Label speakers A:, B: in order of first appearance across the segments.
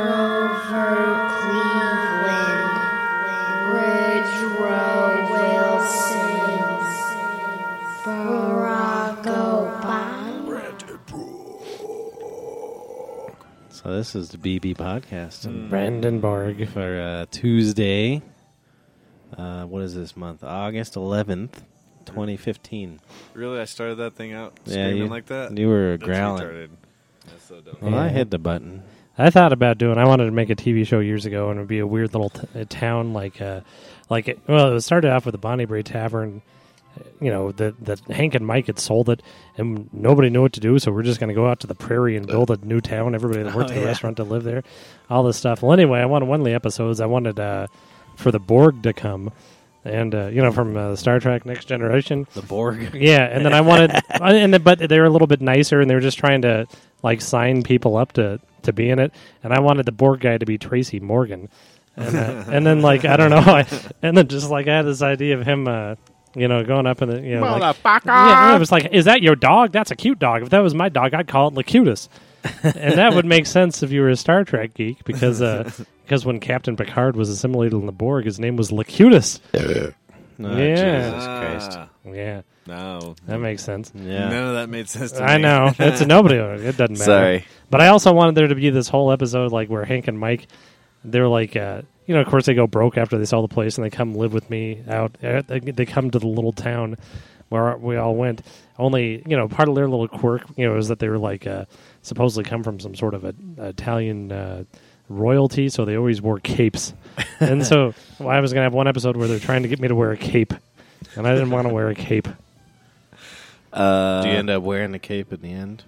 A: Grover Cleveland, Woodrow Wilson, Barack Obama.
B: So this is the BB podcast and
C: Brandenburg.
B: for uh, Tuesday. Uh, what is this month? August eleventh, twenty fifteen.
D: Really, I started that thing out
B: Yeah,
D: screaming
B: you-
D: like that.
B: You were
D: That's
B: growling.
D: retarded. That's so dumb.
B: Well, I
C: Yeah.
B: hit the button.
C: I thought about doing. I wanted to make a TV show years ago, and it would be a weird little t- a town like, uh, like it, well, it started off with the Bonnybray Tavern. uh, You know that that Hank and Mike had sold it, and nobody knew what to do. So we're just going to go out to the prairie and build a new town. Everybody that worked at the restaurant to live there, all this stuff. Well, anyway, I wanted one of the episodes. I wanted uh, for the Borg to come, and uh, you know from uh, Star Trek Next Generation.
B: The Borg.
C: Yeah, and then I wanted, I- and then, but they were a little bit nicer, and they were just trying to like sign people up to to be in it. And I wanted the Borg guy to be Tracy Morgan, and, uh, and then like I don't know, I, and then just like I had this idea of him, uh, you know, going up and you know, like, yeah, it was like, is that your dog? That's a cute dog. If that was my dog, I'd call it Lacutus, and that would make sense if you were a Star Trek geek because. Uh, Because when Captain Picard was assimilated in the Borg, his name was Lacutus.
B: No, Oh,
C: Yeah.
B: Jesus Christ.
D: Ah,
C: Yeah,
D: No.
C: that makes sense.
B: Yeah.
D: None of that made sense to me.
C: I know. That's nobody. It doesn't matter.
D: Sorry.
C: But I also wanted there to be this whole episode like where Hank and Mike, they're like, uh, you know, of course they go broke after they sell the place and they come live with me out. uh, They they come to the little town where we all went. Only, you know, part of their little quirk, you know, is that they were like uh, supposedly come from some sort of a, Italian uh, royalty, so they always wore capes. and so well, I was going to have one episode where they're trying to get me to wear a cape, and I didn't want to wear a cape.
B: Do you end up wearing the cape at the end?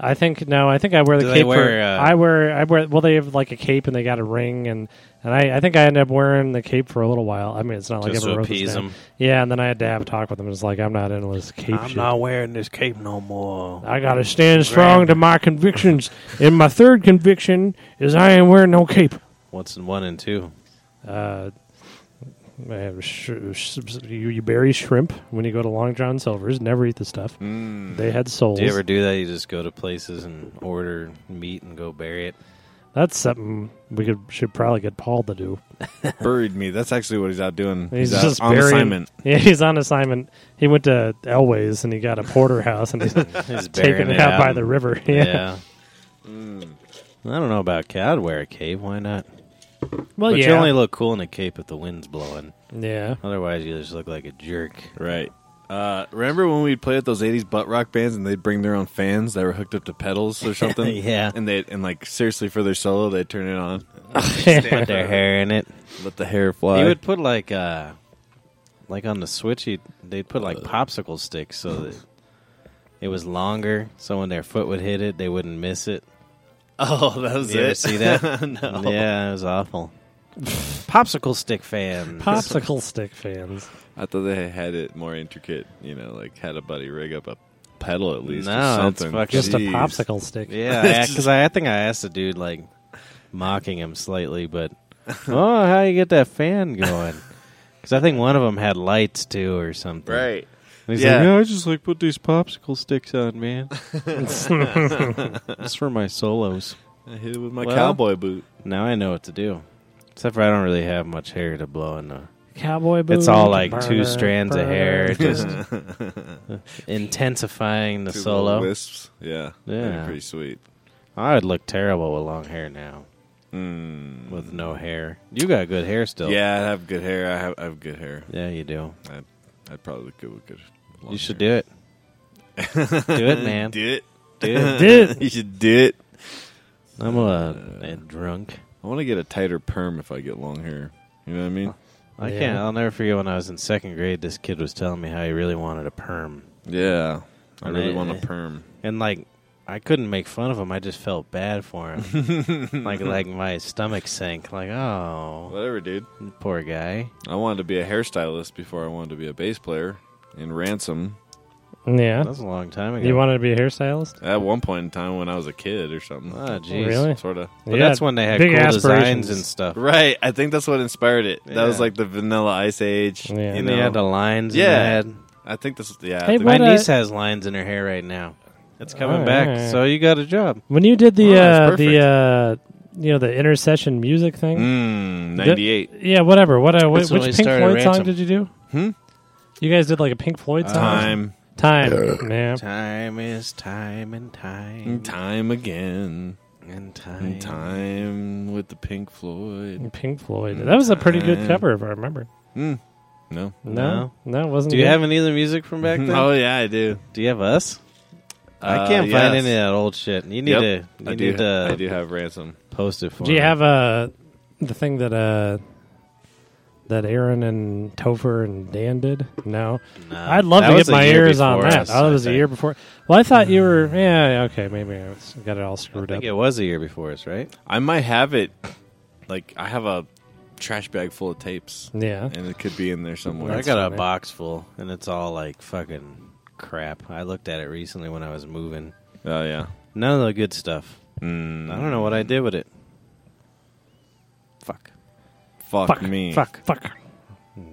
C: I think no. I think I wear the
B: Do they
C: cape.
B: wear,
C: for,
B: uh,
C: I wear. I wear. Well, they have like a cape and they got a ring and and I, I think I ended up wearing the cape for a little while. I mean, it's not like
B: Just
C: I ever
B: to
C: wrote this
B: appease
C: down.
B: them.
C: Yeah, and then I had to have a talk with them. It's like I'm not into this cape shit.
B: wearing this cape no more.
C: I gotta stand strong to my convictions. and my third conviction is I ain't wearing no cape.
B: What's in one and two?
C: Uh, man, sh- sh- you, you bury shrimp when you go to Long John Silver's. Never eat the stuff. They had souls.
B: Mm. Do you ever do that? You just go to places and order meat and go bury it.
C: That's something we could should probably get Paul to do.
D: Buried me. That's actually what he's out doing.
C: He's,
D: out
C: just
D: on
C: burying-
D: assignment.
C: Yeah, he's on assignment. He went to Elway's and he got a porterhouse and he's
B: Just
C: taken
B: burying
C: it out by
B: and-
C: the river. Yeah.
B: Yeah. I don't know about cat. I'd wear a cape. Why not?
C: Well,
B: but
C: yeah.
B: you only look cool in a cape if the wind's blowing.
C: yeah.
B: Otherwise, you just look like a jerk.
D: Right. Uh, remember when we'd play at those '80s butt rock bands and they'd bring their own fans that were hooked up to pedals or something?
B: Yeah.
D: And they and like seriously for their solo, they'd turn it on,
B: Put their hair in it.
D: let the hair fly.
B: He would put like, uh, like on the Switch, he'd, they'd put like popsicle sticks so that it was longer. So when their foot would hit it, they wouldn't miss it.
D: oh, that was
B: You ever
D: it.
B: see that? no. Yeah, it was awful. popsicle stick fans.
C: Popsicle stick fans.
D: I thought they had it more intricate. You know, like had a buddy rig up a pedal at least.
B: No,
D: or
B: it's
D: something.
B: fucking-
C: Just a
D: Jeez.
C: popsicle stick.
B: Yeah, because I, I think I asked the dude like mocking him slightly, but oh, how you get that fan going? Because I think one of them had lights too or something.
D: Right.
B: And he's
D: Yeah.
B: like, no, I just like put these popsicle sticks on, man. It's for my solos.
D: I hit it with my
B: Well-
D: cowboy boot.
B: Now I know what to do. Except for I don't really have much hair to blow in. The,
C: Cowboy boots.
B: it's all like two strands of hair, just intensifying the
D: Two little
B: solo.
D: wisps. Yeah.
B: Yeah.
D: That'd be Pretty sweet.
B: I would look terrible with long hair now. With no hair, you got good hair still.
D: Mm. Yeah, I have good hair. I have I have good hair.
B: yeah, you do.
D: I'd, I'd probably look good with good. long
B: You should
D: hair.
B: do it. do it, man. Do
D: Do it.
B: it.
C: Did
D: you should do it.
B: I'm a, a drunk.
D: I want to get a tighter perm if I get long hair. You know what I mean?
B: I
C: Yeah.
B: can't. I'll never forget when I was in second grade. This kid was telling me how he really wanted a perm,
D: Yeah. I
B: And
D: really
B: I-
D: want a perm.
B: and like I couldn't make fun of him. I just felt bad for him. like like my stomach sank. Like oh,
D: Whatever, dude.
B: poor guy.
D: I wanted to be a hairstylist before I wanted to be a bass player in Ransom.
C: yeah.
B: That was a long time ago.
C: You wanted to be a hairstylist?
D: At one point in time when I was a kid or something.
B: Oh, jeez.
C: Really?
D: Sort of.
B: But
C: Yeah,
B: that's when they had
C: big
B: cool designs
C: aspirations.
B: and stuff.
D: Right. I think that's what inspired it.
B: Yeah.
D: That was like the Vanilla Ice Age.
C: Yeah.
D: You
B: And they had
D: know?
B: the lines.
D: Yeah.
B: Yeah. In their head.
D: I think this. Yeah. I
C: Hey,
D: think-
B: My
C: What, uh,
B: niece has lines in her hair right now. It's coming
C: All
B: back.
C: right.
B: So you got a job.
C: When you did the
D: Oh, that's
C: uh, the uh, you know the intercession music thing,
D: Mm, 98.
C: yeah, whatever. What? Uh, wh-
B: That's
C: which
B: when we
C: Pink
B: started
C: Floyd
B: Ransom.
C: song did you do?
D: Hmm?
C: You guys did like a Pink Floyd
B: Uh,
C: song.
D: Time.
C: time, yeah.
B: Time is time and time
D: and Time again.
B: and time.
D: And time with the Pink Floyd.
C: Pink Floyd. That was a pretty good
D: Time.
C: cover, if I remember.
D: Mm. No.
C: No, no, it wasn't.
B: Do you
C: good.
B: have any of the music from back then?
D: Oh, yeah, I do.
B: Do you have us? I
D: Uh,
B: can't
D: yes.
B: find any of that old shit. You need
D: Yep.
B: to. You
D: I, do
B: need
D: ha-
B: to
D: I do have ransom.
B: post it for.
C: Do you
B: me.
C: have uh, the thing that uh, that Aaron and Topher and Dan did? No,
B: No.
C: I'd love
B: Uh, That
C: to
B: was
C: get
B: a
C: my
B: year
C: ears on
B: before
C: that.
B: us,
C: oh, that was
B: I
C: a year before. Well, I thought you were. Yeah, okay, maybe I was- got it all
B: think. I
C: screwed up.
B: think it was a year before us, right?
D: I might have it. Like, I have a trash bag full of tapes,
C: yeah,
D: and it could be in there somewhere.
B: I
C: That's
B: got a
C: funny.
B: box full, and it's all like fucking crap. I looked at it recently when I was moving.
D: Oh, yeah.
B: None of the good stuff.
D: Mm.
B: I don't know what I did with it.
D: Fuck. Fuck,
C: fuck
D: me.
C: Fuck, fuck.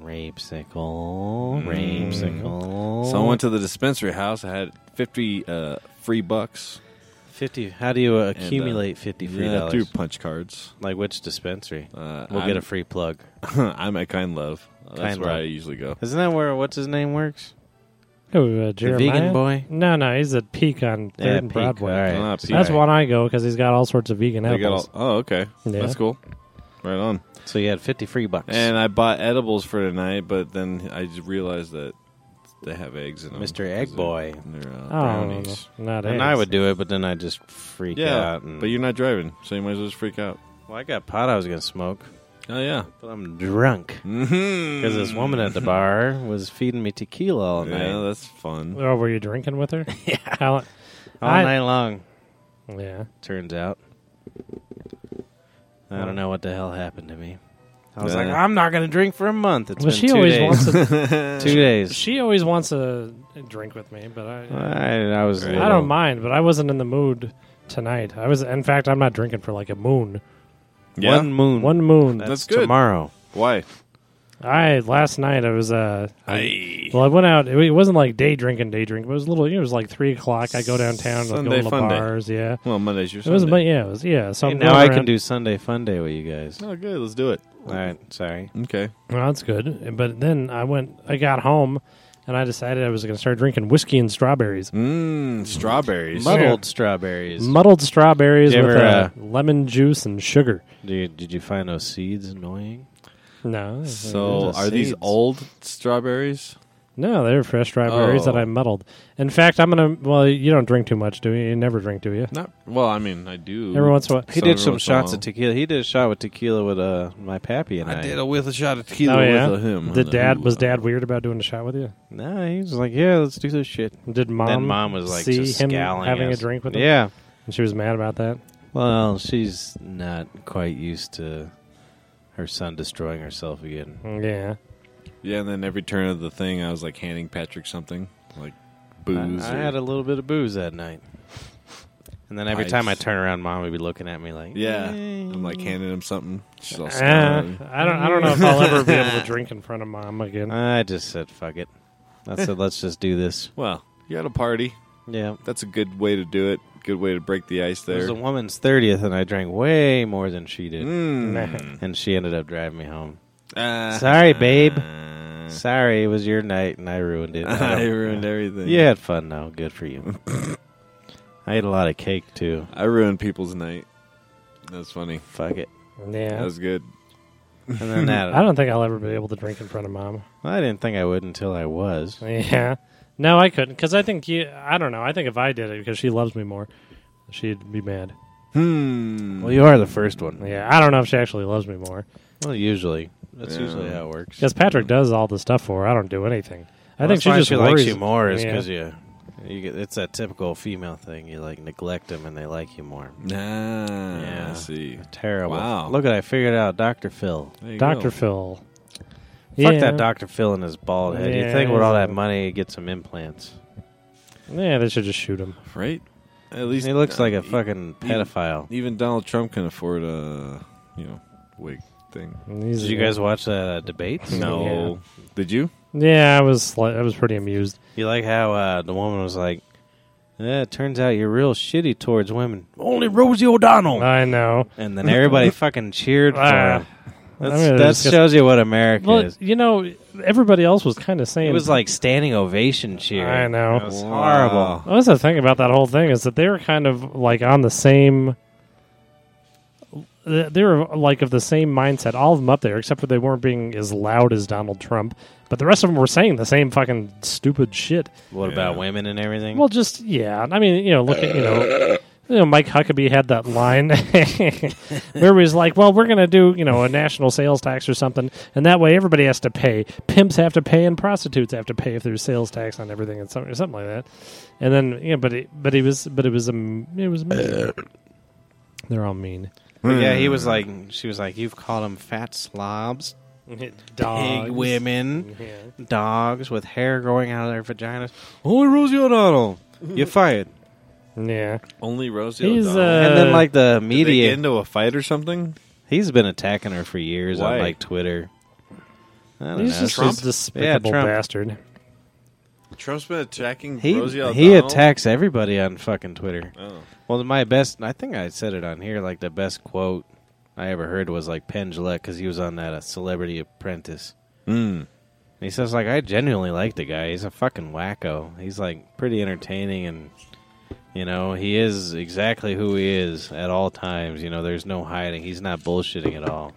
B: Rapesicle,
D: Mm.
B: rapesicle.
D: So I went to the dispensary house. I had 50 uh, free bucks.
B: fifty. How do you uh,
D: uh,
B: accumulate fifty free
D: Yeah,
B: dollars?
D: through punch cards.
B: Like which dispensary?
D: Uh,
B: We'll
D: I'm,
B: get a free plug.
D: I'm at Kind Love. That's
B: Kind
D: where
B: Love.
D: I usually go.
B: Isn't that where what's his name works?
C: Oh, uh, Jeremiah?
B: The vegan boy.
C: No, no, he's at Peak on Third
B: Yeah,
C: and
B: Peak.
C: Broadway.
B: All right.
D: Ah, Peak.
C: That's
D: All
C: one I go because he's got all sorts of vegan
D: They got
C: apples.
D: all- oh, okay.
C: Yeah.
D: That's cool. Right on.
B: So you had fifty free bucks.
D: And I bought edibles for tonight, but then I just realized that they have eggs in them.
B: Mr. Egg Boy.
D: They're uh,
C: oh,
D: brownies.
C: not
B: And
C: eggs.
B: I would do it, but then I just freak
D: Yeah,
B: out. And,
D: but you're not driving, so you might as well just freak out.
B: well, I got pot I was gonna smoke,
D: Oh, yeah.
B: but I'm drunk because
D: Because
B: this woman at the bar was feeding me tequila all night,
D: Mm-hmm. Yeah, that's fun.
C: Oh, were you drinking with her? yeah. How,
B: all
C: I-
B: night long.
C: yeah.
B: Turns out, I don't know what the hell happened to me. I was
D: Yeah.
B: like, I'm not gonna drink for a month. It's
C: well,
B: been
C: she
B: two
C: always
B: days.
C: wants to.
B: two days.
C: She always wants to drink with me, but I.
D: Oh,
B: I, I was. a
C: I
B: little-
C: don't mind, but I wasn't in the mood tonight. I was, in fact, I'm not drinking for like a moon,
D: Yeah?
B: One moon.
C: one moon.
B: That's,
D: That's good.
B: tomorrow.
D: Why?
C: I last night I was uh,
D: Aye.
C: well, I went out. It wasn't like day drinking, day drinking. But it was a little. It was like three o'clock. I go downtown, like,
D: Sunday
C: go to the
D: fun day.
C: bars. Yeah,
D: Well, Monday's your
C: it was. But
D: Sunday.
C: yeah, it was. Yeah, so
B: Hey,
C: I'm
B: now
C: going
B: I can
C: around-
B: do Sunday Fun Day with you guys.
D: Oh, good. Let's do it.
B: All right, sorry.
D: Okay.
C: Well, that's good. But then I went. I got home, and I decided I was going to start drinking whiskey and strawberries,
D: Mmm, strawberries.
B: Muddled strawberries.
C: muddled strawberries
B: You
C: with
B: ever,
C: uh,
B: uh,
C: lemon juice and sugar.
B: Dude, did you find those seeds annoying?
C: No,
D: So,
B: Those are
D: are these
B: seeds.
D: old strawberries?
C: No, they're fresh strawberries
D: Oh.
C: that I muddled. In fact, I'm gonna. Well, you don't drink too much, do you? You never drink, do you?
D: Not. Well, I mean, I do.
C: Every once in a while.
B: He
D: So
B: did
D: every
B: some
D: once in a
B: shots
D: while.
B: of tequila. He did a shot with tequila with uh, my pappy and I.
D: I did a with a shot of tequila
C: oh yeah.
D: with him.
C: Did dad
D: Ooh.
C: was dad weird about doing a shot with you?
B: Nah, he was like, "Yeah, let's do this shit."
C: Did mom?
B: then mom was like,
C: see
B: just
C: him
B: scowling
C: having
B: at
C: a
B: us.
C: drink with him.
B: Yeah.
C: and she was mad about that.
B: Well, she's not quite used to her son destroying herself again.
C: Yeah,
D: Yeah, and then every turn of the thing, I was like handing Patrick something, like booze.
B: I, I
D: or-
B: had a little bit of booze that night. And then every
D: Ice.
B: time I turn around, mom would be looking at me like,
D: yeah,
B: "Hey."
D: I'm like handing him something. She's all
C: Uh,
D: smiling.
C: I don't. I don't know if I'll ever be able to drink in front of mom again.
B: I just said, fuck it. I said, let's just do this.
D: Well, you had a party.
B: Yeah.
D: That's a good way to do it. Good way to break the ice
B: It was
D: there.
B: a woman's 30th, and I drank way more than she did.
D: Mm.
B: And she ended up driving me home.
D: Ah.
B: Sorry, babe.
D: Ah.
B: Sorry, it was your night, and I ruined it.
D: I ruined everything.
B: You had fun, though. Good for you. I ate a lot of cake, too.
D: I ruined people's night. That's funny.
B: Fuck it.
C: yeah,
D: That was good.
B: And then that.
C: I don't think I'll ever be able to drink in front of mom.
B: I didn't think I would until I was.
D: Mm.
C: Yeah. No, I couldn't because I think you. I don't know. I think if I did it because she loves me more, she'd be mad.
D: Hmm.
B: Well, you are the first one.
C: Yeah, I don't know if she actually loves me more
B: Well, usually. That's
D: Yeah.
B: usually how it works.
C: because Patrick does all the stuff for her. I don't do anything. I
B: Well,
C: think
B: that's
C: she
B: why
C: just
B: she
C: worries.
B: likes you more is
C: Yeah.
B: because you, you get, it's that typical female thing. You like neglect them and they like you more.
D: Nah.
B: Yeah.
D: I see.
B: Terrible.
D: Wow.
B: Look at I figured out Dr. Phil.
D: There you
C: Doctor
D: go.
C: Phil.
B: Fuck that Dr. Phil and his bald head.
C: Yeah,
B: you think with all that
C: he's-
B: money, he'd get some implants.
C: Yeah, they should just shoot him.
D: Right? At least
B: He looks like
D: uh,
B: a fucking
D: he-
B: pedophile.
D: Even Donald Trump can afford a, you know, wig thing.
B: Did you guys watch that uh, debate?
D: No. Did you?
C: Yeah, I was. sli- I was pretty amused.
B: You like how uh, the woman was like, Yeah, it turns out you're real shitty towards women. Only Rosie O'Donnell.
C: I know.
B: and then everybody fucking cheered for
C: Ah.
B: him.
C: I
B: That's,
C: mean,
B: that
C: it's just-
B: shows you what America
C: Well,
B: is.
C: you know, everybody else was kind of saying
B: It was like standing ovation cheer.
C: I know.
B: It was horrible.
C: Well, that's the thing about that whole thing is that they were kind of like on the same. They were like of the same mindset, all of them up there, except for they weren't being as loud as Donald Trump. But the rest of them were saying the same fucking stupid shit.
B: What about women and everything?
C: Well, just yeah. I mean, you know, look at you know, you know, Mike Huckabee had that line where he was like, "Well, we're going to do you know a national sales tax or something, and that way everybody has to pay. Pimps have to pay, and prostitutes have to pay if there's sales tax on everything, and something, something like that." And then yeah, but it, but it was but it was um it was
B: Uh.
C: mean. they're all mean.
B: But yeah, he was like, she was like, you've called them fat slobs,
C: Dogs. Mm-hmm.
B: pig women,
C: Yeah.
B: dogs with hair growing out of their vaginas. Only Rosie O'Donnell. You're fired.
C: Yeah.
D: Only Rosie
C: He's,
D: O'Donnell.
B: and then
C: Uh,
B: like the
D: Did they get
B: media,
D: into a fight or something?
B: he's been attacking her for years on
D: Why?
B: like Twitter. I don't
C: He's
B: know.
C: just
D: Trump?
C: a despicable
B: Yeah, Trump.
C: bastard.
D: Trump's been attacking
B: He
D: Rosie O'Donnell.
B: he attacks everybody on fucking Twitter.
D: Oh.
B: Well, my best, I think I said it on here. Like the best quote I ever heard was like Penn Jillette because he was on that uh, Celebrity Apprentice.
D: Mm.
B: And he says like I genuinely like the guy. He's a fucking wacko. He's like pretty entertaining and you know he is exactly who he is at all times. You know there's no hiding. He's not bullshitting at all.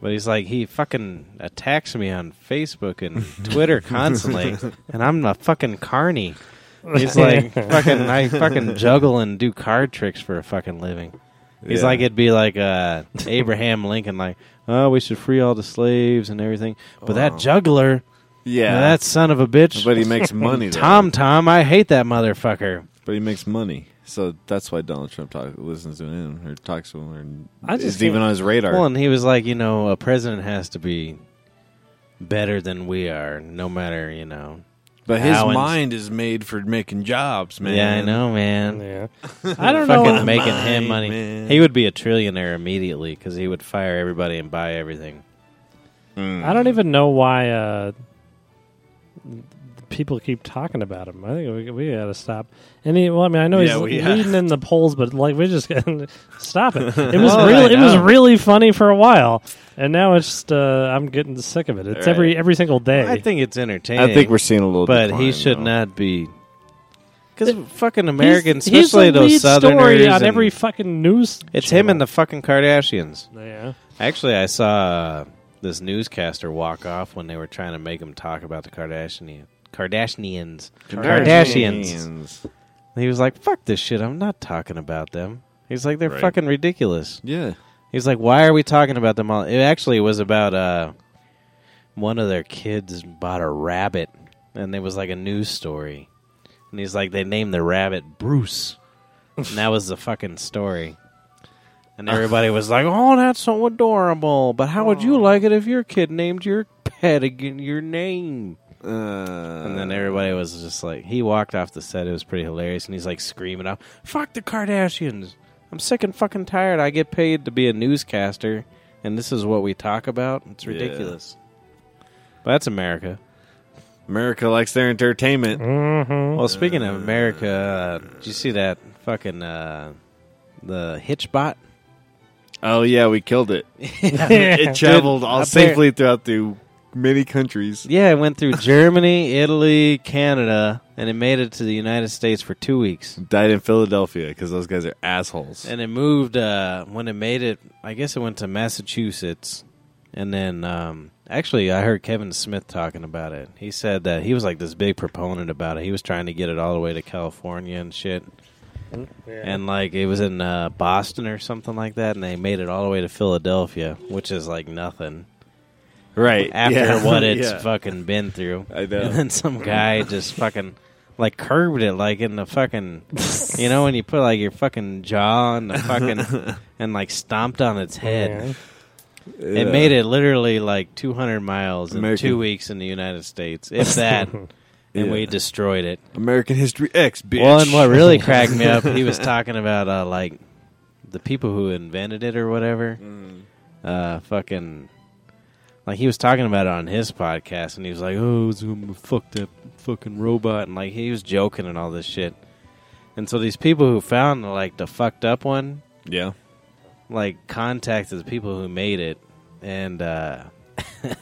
B: But he's like he fucking attacks me on Facebook and Twitter constantly, and I'm a fucking carny. He's like fucking I fucking juggle and do card tricks for a fucking living. He's
D: Yeah.
B: like it'd be like uh, Abraham Lincoln, like oh we should free all the slaves and everything, but that juggler,
D: Oh. Yeah.
B: that son of a bitch,
D: but he makes money. though.
B: Tom Tom, I hate that motherfucker.
D: But he makes money, so that's why Donald Trump talk, listens to him or talks to him or
C: I just
D: is even
C: can't-
D: on his radar.
B: Well, and he was like, you know, a president has to be better than we are, no matter you know.
D: but his
B: Allen's-
D: mind is made for making jobs, man.
B: Yeah, I know, man.
C: Yeah. I don't know.
B: fucking
D: know.
B: making him
D: My
B: money.
D: man.
B: He would be a trillionaire immediately because he would fire everybody and buy everything.
C: I don't even know why uh, people keep talking about him. I think we, we got to stop. And he, well, I mean, I know he's
D: Yeah, we-
C: leading in the polls, but like we just stop it. It was
B: Well,
C: really,
B: Oh, I
C: it was
B: know.
C: really funny for a while, and now it's just uh, I'm getting sick of it. It's
D: Right.
C: every every single day.
B: I think it's entertaining.
D: I think we're seeing a little.
B: but he
D: decline,
B: should
D: though.
B: not be. Because fucking
C: He's-
B: Americans,
C: he's
B: especially
C: the
B: those
C: lead
B: Southerners,
C: story on
B: and-
C: every fucking news.
B: it's him and the fucking Kardashians.
C: yeah.
B: Actually, I saw uh, this newscaster walk off when they were trying to make him talk about the Kardashian Kardashians. Kardashians. He was like, "Fuck this shit. I'm not talking about them." He's like, "They're
D: Right.
B: fucking ridiculous."
D: Yeah.
B: He's like, "Why are we talking about them all?" It actually was about uh, one of their kids bought a rabbit, and it was like a news story. And he's like, "They named the rabbit Bruce," and that was the fucking story. And everybody was like, "Oh, that's so adorable!" But how would you like it if your kid named your pet again your name?
D: Uh,
B: And then everybody was just like, he walked off the set. It was pretty hilarious, and he's like screaming out, "Fuck the Kardashians! I'm sick and fucking tired. I get paid to be a newscaster, and this is what we talk about. It's
D: Yeah.
B: ridiculous." But that's America.
D: America likes their entertainment.
B: Well, speaking of America, uh, did you see that fucking uh, the Hitchbot?
D: Oh yeah, we killed it.
C: Yeah.
D: It traveled all
B: apparent-
D: safely throughout the many countries.
B: Yeah, it went through Germany, Italy, Canada, and it made it to the United States for two weeks.
D: Died in Philadelphia because those guys are assholes.
B: and it moved uh, when it made it. I guess it went to Massachusetts, and then um, actually, I heard Kevin Smith talking about it. He said that he was like this big proponent about it. He was trying to get it all the way to California and shit, and like it was in uh, Boston or something like that, and they made it all the way to Philadelphia, which is like nothing
D: right
B: after
D: yeah.
B: what it's
D: Yeah.
B: fucking been through.
D: I know.
B: And then some guy just fucking like curved it like in the fucking you know when you put like your fucking jaw on the fucking and like stomped on its head. It
D: Yeah.
B: made it literally like 200 miles in
D: American-
B: 2 weeks in the United States, if that. and we
D: Yeah.
B: destroyed it.
D: American History X, bitch.
B: Well, and what really cracked me up, he was talking about uh, like the people who invented it or whatever. Uh, fucking, like he was talking about it on his podcast, and he was like, "Oh, it's gonna fuck that fucking robot," and like he was joking and all this shit. And so these people who found like the fucked up one,
D: Yeah.
B: like contacted the people who made it, and uh,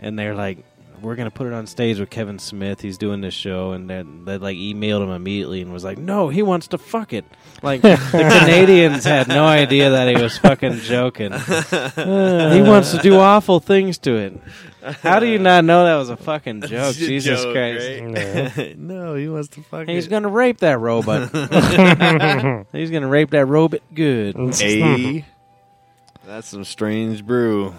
B: and they're like, "We're gonna put it on stage with Kevin Smith. He's doing this show." And then they like emailed him immediately and was like, "No, he wants to fuck it." Like the Canadians had no idea that he was fucking joking. he wants to do awful things to it. How do you not know that was a fucking joke?
D: It's a
B: Oh, Jesus
D: joke,
B: Christ.
D: right? no, he wants to fuck
B: He's
D: it.
B: gonna rape that robot. He's gonna rape that robot good.
D: Hey. That's some strange brew.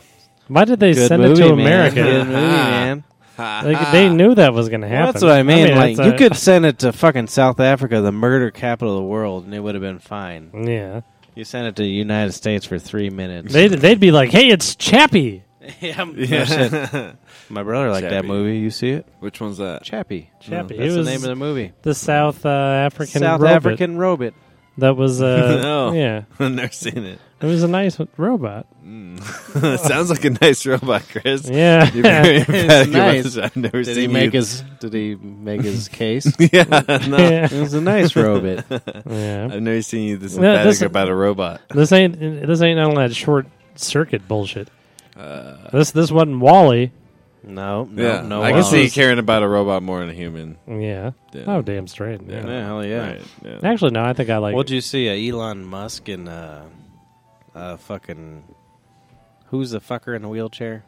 C: Why did they
B: good
C: send
B: movie,
C: it to
B: man. Good movie,
D: Ah,
C: America?
B: man.
C: they, they knew that was going to happen.
B: Well, that's what I mean. like
C: that's
B: you
C: a-
B: could send it to fucking South Africa, the murder capital of the world, and it would have been fine.
C: Yeah,
B: You sent it to the United States for three minutes.
C: they'd they'd be like, "Hey, it's Chappie."
B: yeah, I'm- no Oh, shit. My brother liked that
D: Chappie.
B: movie. You see it?
D: Which one's that?
B: Chappie.
C: Chappie.
B: Oh, That's
C: it
B: the
C: was
B: name of the movie.
C: the South uh, African
B: South
C: robot
B: African robot.
C: that was. Uh,
D: No.
C: Yeah,
D: I've never seen it.
C: it was a nice robot.
D: Sounds like a nice robot, Chris.
C: Yeah,
D: You're very emphatic about
B: nice.
D: this. I've never
B: Did
D: seen
B: he make
D: you-
B: his? Did he make his case?
D: Yeah, no.
C: yeah.
B: it was a nice robot.
C: yeah.
D: I've never seen you this
C: No,
D: emphatic
C: this-
D: about a robot.
C: This ain't this ain't none of that short circuit bullshit. this this wasn't Wally.
B: No, Uh, no,
D: Uh, yeah,
B: no.
D: I can
B: wow.
D: see you caring about a robot more than a human.
C: Yeah.
D: Yeah.
C: Oh, damn straight. Yeah.
B: Yeah, hell yeah.
D: Right, yeah.
C: Actually, no. I think I like.
B: What'd you see? Uh, Elon Musk and uh, uh, fucking who's the fucker in the wheelchair?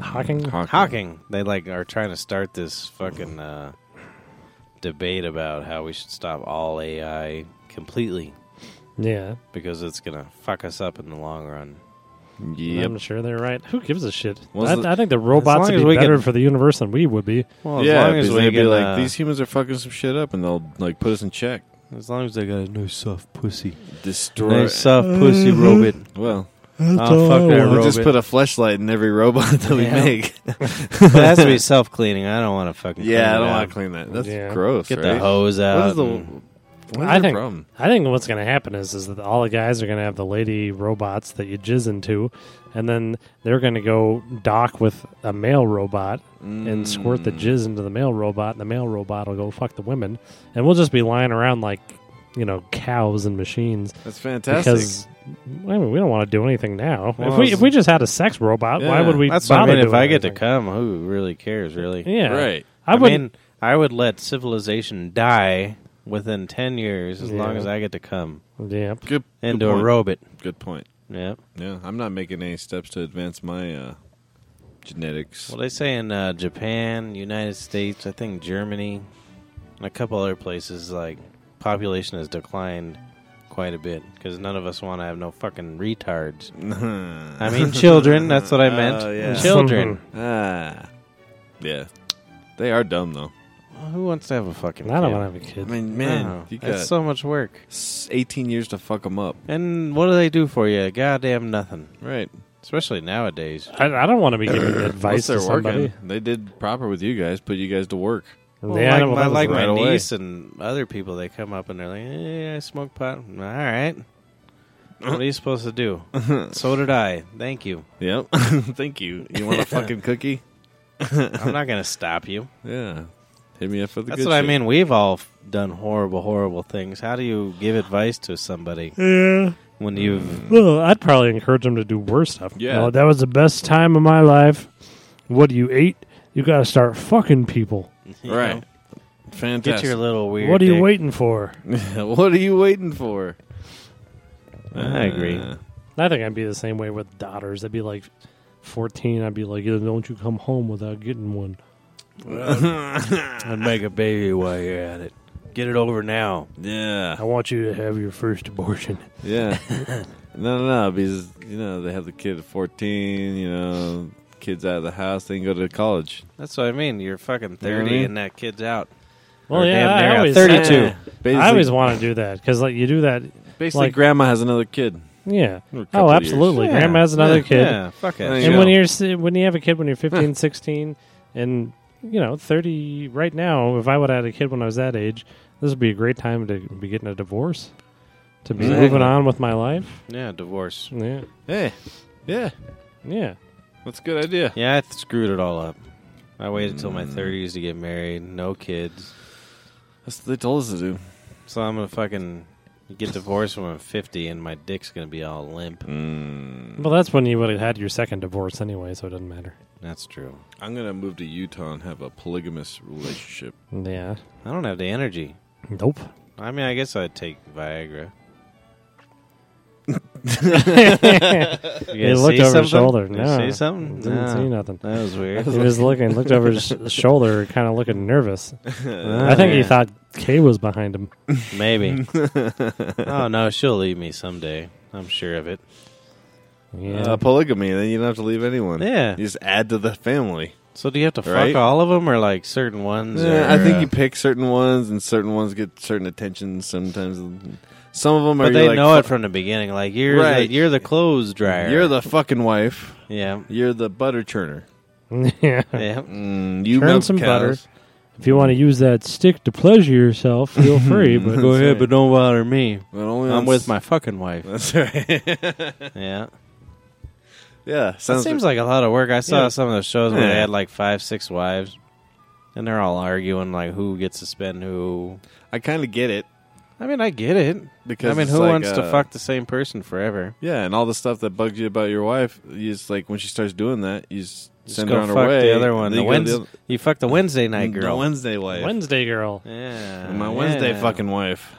C: Hawking.
D: Hawking.
B: Hawking. They like are trying to start this fucking uh, debate about how we should stop all AI completely
C: Yeah.
B: because it's gonna fuck us up in the long run.
D: Yep.
C: I'm sure they're right. Who gives a shit?
D: Was
C: I,
D: it-
C: I think the robots
B: long
C: would
B: as
C: be
B: we
C: better
B: can-
C: for the universe than we would be.
B: Well, as
D: yeah,
B: long as
D: because
B: we
D: they'd be
B: can,
D: like,
B: uh,
D: these humans are fucking some shit up, and they'll like put us in check.
B: as long as they got a nice soft pussy,
D: Destroy.
B: nice soft pussy robot.
D: well,
B: Oh fuck that
D: we'll
B: robot!
D: just put a fleshlight in every robot that we
B: Yeah.
D: make.
B: but it has to be self cleaning. I don't want to fucking. clean
D: yeah, I
B: it
D: don't
B: up.
D: want to clean that. That's
C: Yeah.
D: gross.
B: Get
D: right?
B: the hose out.
D: What is the?
B: and-
D: What is
C: I
D: your
C: think-
D: problem?
C: I think what's going to happen is is that all the guys are going to have the lady robots that you jizz into, and then they're going to go dock with a male robot and squirt
B: Mm.
D: Mm.
C: the jizz into the male robot, and the male robot will go fuck the women, and we'll just be lying around like you know cows and machines
D: That's fantastic.
C: because. I mean, we don't want to do anything now. if
B: Well,
C: we if we just had a sex robot, why
D: Yeah,
C: would we
B: That's what I
C: bother
B: mean. If
C: doing
B: I get to
C: anything?
B: come, who really cares, really?
C: yeah,
D: Right.
C: I,
B: I,
C: wouldn't.
B: mean, I would let civilization die within 10 years as
C: Yeah.
B: long as I get to come
C: yeah,
D: Good.
B: into
D: good
B: a
D: point.
B: robot.
D: Good point.
B: Yeah.
D: Yeah, I'm not making any steps to advance my uh, genetics.
B: Well, they say in uh, Japan, United States, I think Germany, and a couple other places, like, population has declined quite a bit because none of us want to have no fucking retards. I mean, children. That's what I meant.
D: Oh, yeah.
B: Children.
D: ah, yeah, they are dumb though.
B: Who wants to have a fucking
C: I don't
B: kid?
C: want to have a
D: I
C: kid.
D: mean,
B: No.
D: man, you got
B: That's so much work.
D: s- 18 years to fuck them up,
B: And what do they do for you? Goddamn nothing.
D: right?
B: Especially nowadays.
C: I, I don't want to be giving advice
D: Once
C: to
D: they're
C: somebody.
D: working, they did proper with you guys, put you guys to work.
B: Well,
C: yeah,
B: like,
C: well,
B: my,
C: that was
B: like
C: right.
B: my
D: right away.
B: niece and other people, they come up and they're like, "Yeah, I smoke pot." All right, what are you supposed to do? so did I. Thank you.
D: Yep. Thank you. You want a fucking cookie?
B: I'm not gonna stop you.
D: Yeah. Hit me up for the
B: That's
D: good
B: what I
D: shit.
B: mean. We've all f- done horrible, horrible things. How do you give advice to somebody when you've?
C: Well, I'd probably encourage them to do worse stuff.
D: Yeah.
C: Oh, that was the best time of my life. What do you eat? You got to start fucking people.
B: you
D: right.
B: know, get
D: Fantastic.
B: your little weird.
C: what are you
B: dick.
C: waiting for?
D: what are you waiting for?
B: I agree.
D: Uh,
C: I think I'd be the same way with daughters. I'd be like 14. I'd be like, "Yeah, don't you come home without getting one.
B: And make a baby while you're at it. Get it over now.
C: I
D: yeah.
C: want you to have your first abortion.
D: Yeah. no, no, no. Because, you know, they have the kid at 14, you know, kids out of the house, they can go to college.
B: That's what I mean. You're fucking
D: You know what I
B: thirty,
D: mean?
B: and that kid's out.
C: Well,
B: Or
C: yeah,
B: damn
C: I
B: near a
C: always-
B: 32.
C: Yeah.
D: Basically,
C: I always want to do that because like you do that.
D: basically
C: like-
D: grandma has another kid.
C: Yeah.
D: A couple
C: Oh,
D: of
C: absolutely.
B: years. Yeah.
C: Grandma's another
D: Yeah.
C: kid.
B: Yeah, fuck it.
D: There you
C: And when
D: go.
C: you're si- when you have a kid when you're 15, 16, and you know 30 right now, if I would have had a kid when I was that age, this would be a great time to be getting a divorce, to be
D: Exactly.
C: moving on with my life.
B: Yeah, divorce.
C: Yeah,
D: Hey. Yeah.
C: yeah.
D: That's a good idea.
B: Yeah, I screwed it all up. I waited till my 30s to get married, no kids.
D: That's what they told us to do.
B: So I'm gonna fucking get divorced when I'm 50, and my dick's gonna be all limp.
D: Mm.
C: Well, that's when you would have had your second divorce anyway, so it doesn't matter.
B: That's true.
D: I'm gonna move to Utah and have a polygamous relationship.
C: Yeah.
B: I don't have the energy.
C: Nope.
B: I mean, I guess I'd take Viagra.
C: he looked over his shoulder.
B: You
C: No,
B: see something?
C: Didn't
B: No.
C: see nothing.
B: That was weird.
C: He was looking, looked over his sh- shoulder, kind of looking nervous.
B: Ah,
C: I think he
B: yeah.
C: thought Kay was behind him.
B: maybe. oh no, she'll leave me someday. I'm sure of it.
C: Yeah.
D: Uh, polygamy, then you don't have to leave anyone.
B: Yeah.
D: You just add to the family.
B: So do you have to fuck
D: Right?
B: all of them, or like certain ones?
D: Yeah,
B: or,
D: I think
B: uh,
D: you pick certain ones, and certain ones get certain attention. Sometimes, some of them are.
B: but they
D: you're like,
B: know it
D: "Fuck,
B: from the beginning. Like you're
D: Right.
B: the, you're the clothes dryer.
D: You're the fucking wife.
B: yeah
D: You're the butter churner.
C: yeah.
B: yeah.
D: Mm, you
C: Churn
D: milk
C: some
D: cows.
C: If you want to use that stick to pleasure yourself, feel free. But
B: Go ahead, but don't bother me.
D: But only
B: I'm
D: on
B: with
D: s-
B: my fucking wife.
D: That's right.
B: Yeah,
D: yeah,
B: that
D: sounds
B: seems like a lot of work. I saw
D: Yeah.
B: some of those shows where
D: Yeah.
B: they had like five, six wives, and they're all arguing like who gets to spend who.
D: I kind of get it
B: I mean, I get it.
D: because
B: I mean,
D: it's
B: who
D: like,
B: wants to
D: uh,
B: fuck the same person forever?
D: Yeah, and all the stuff that bugs you about your wife, you just like when she starts doing that, you just,
B: Just
D: send
B: go
D: her on
B: fuck
D: her way.
B: the other one.
D: Then
B: The
D: you go to
B: Wednesday,
D: other-
B: you fuck the Wednesday night
D: the
B: girl.
D: Wednesday wife,
C: Wednesday girl.
B: Yeah,
D: my Wednesday
B: yeah.
D: fucking wife.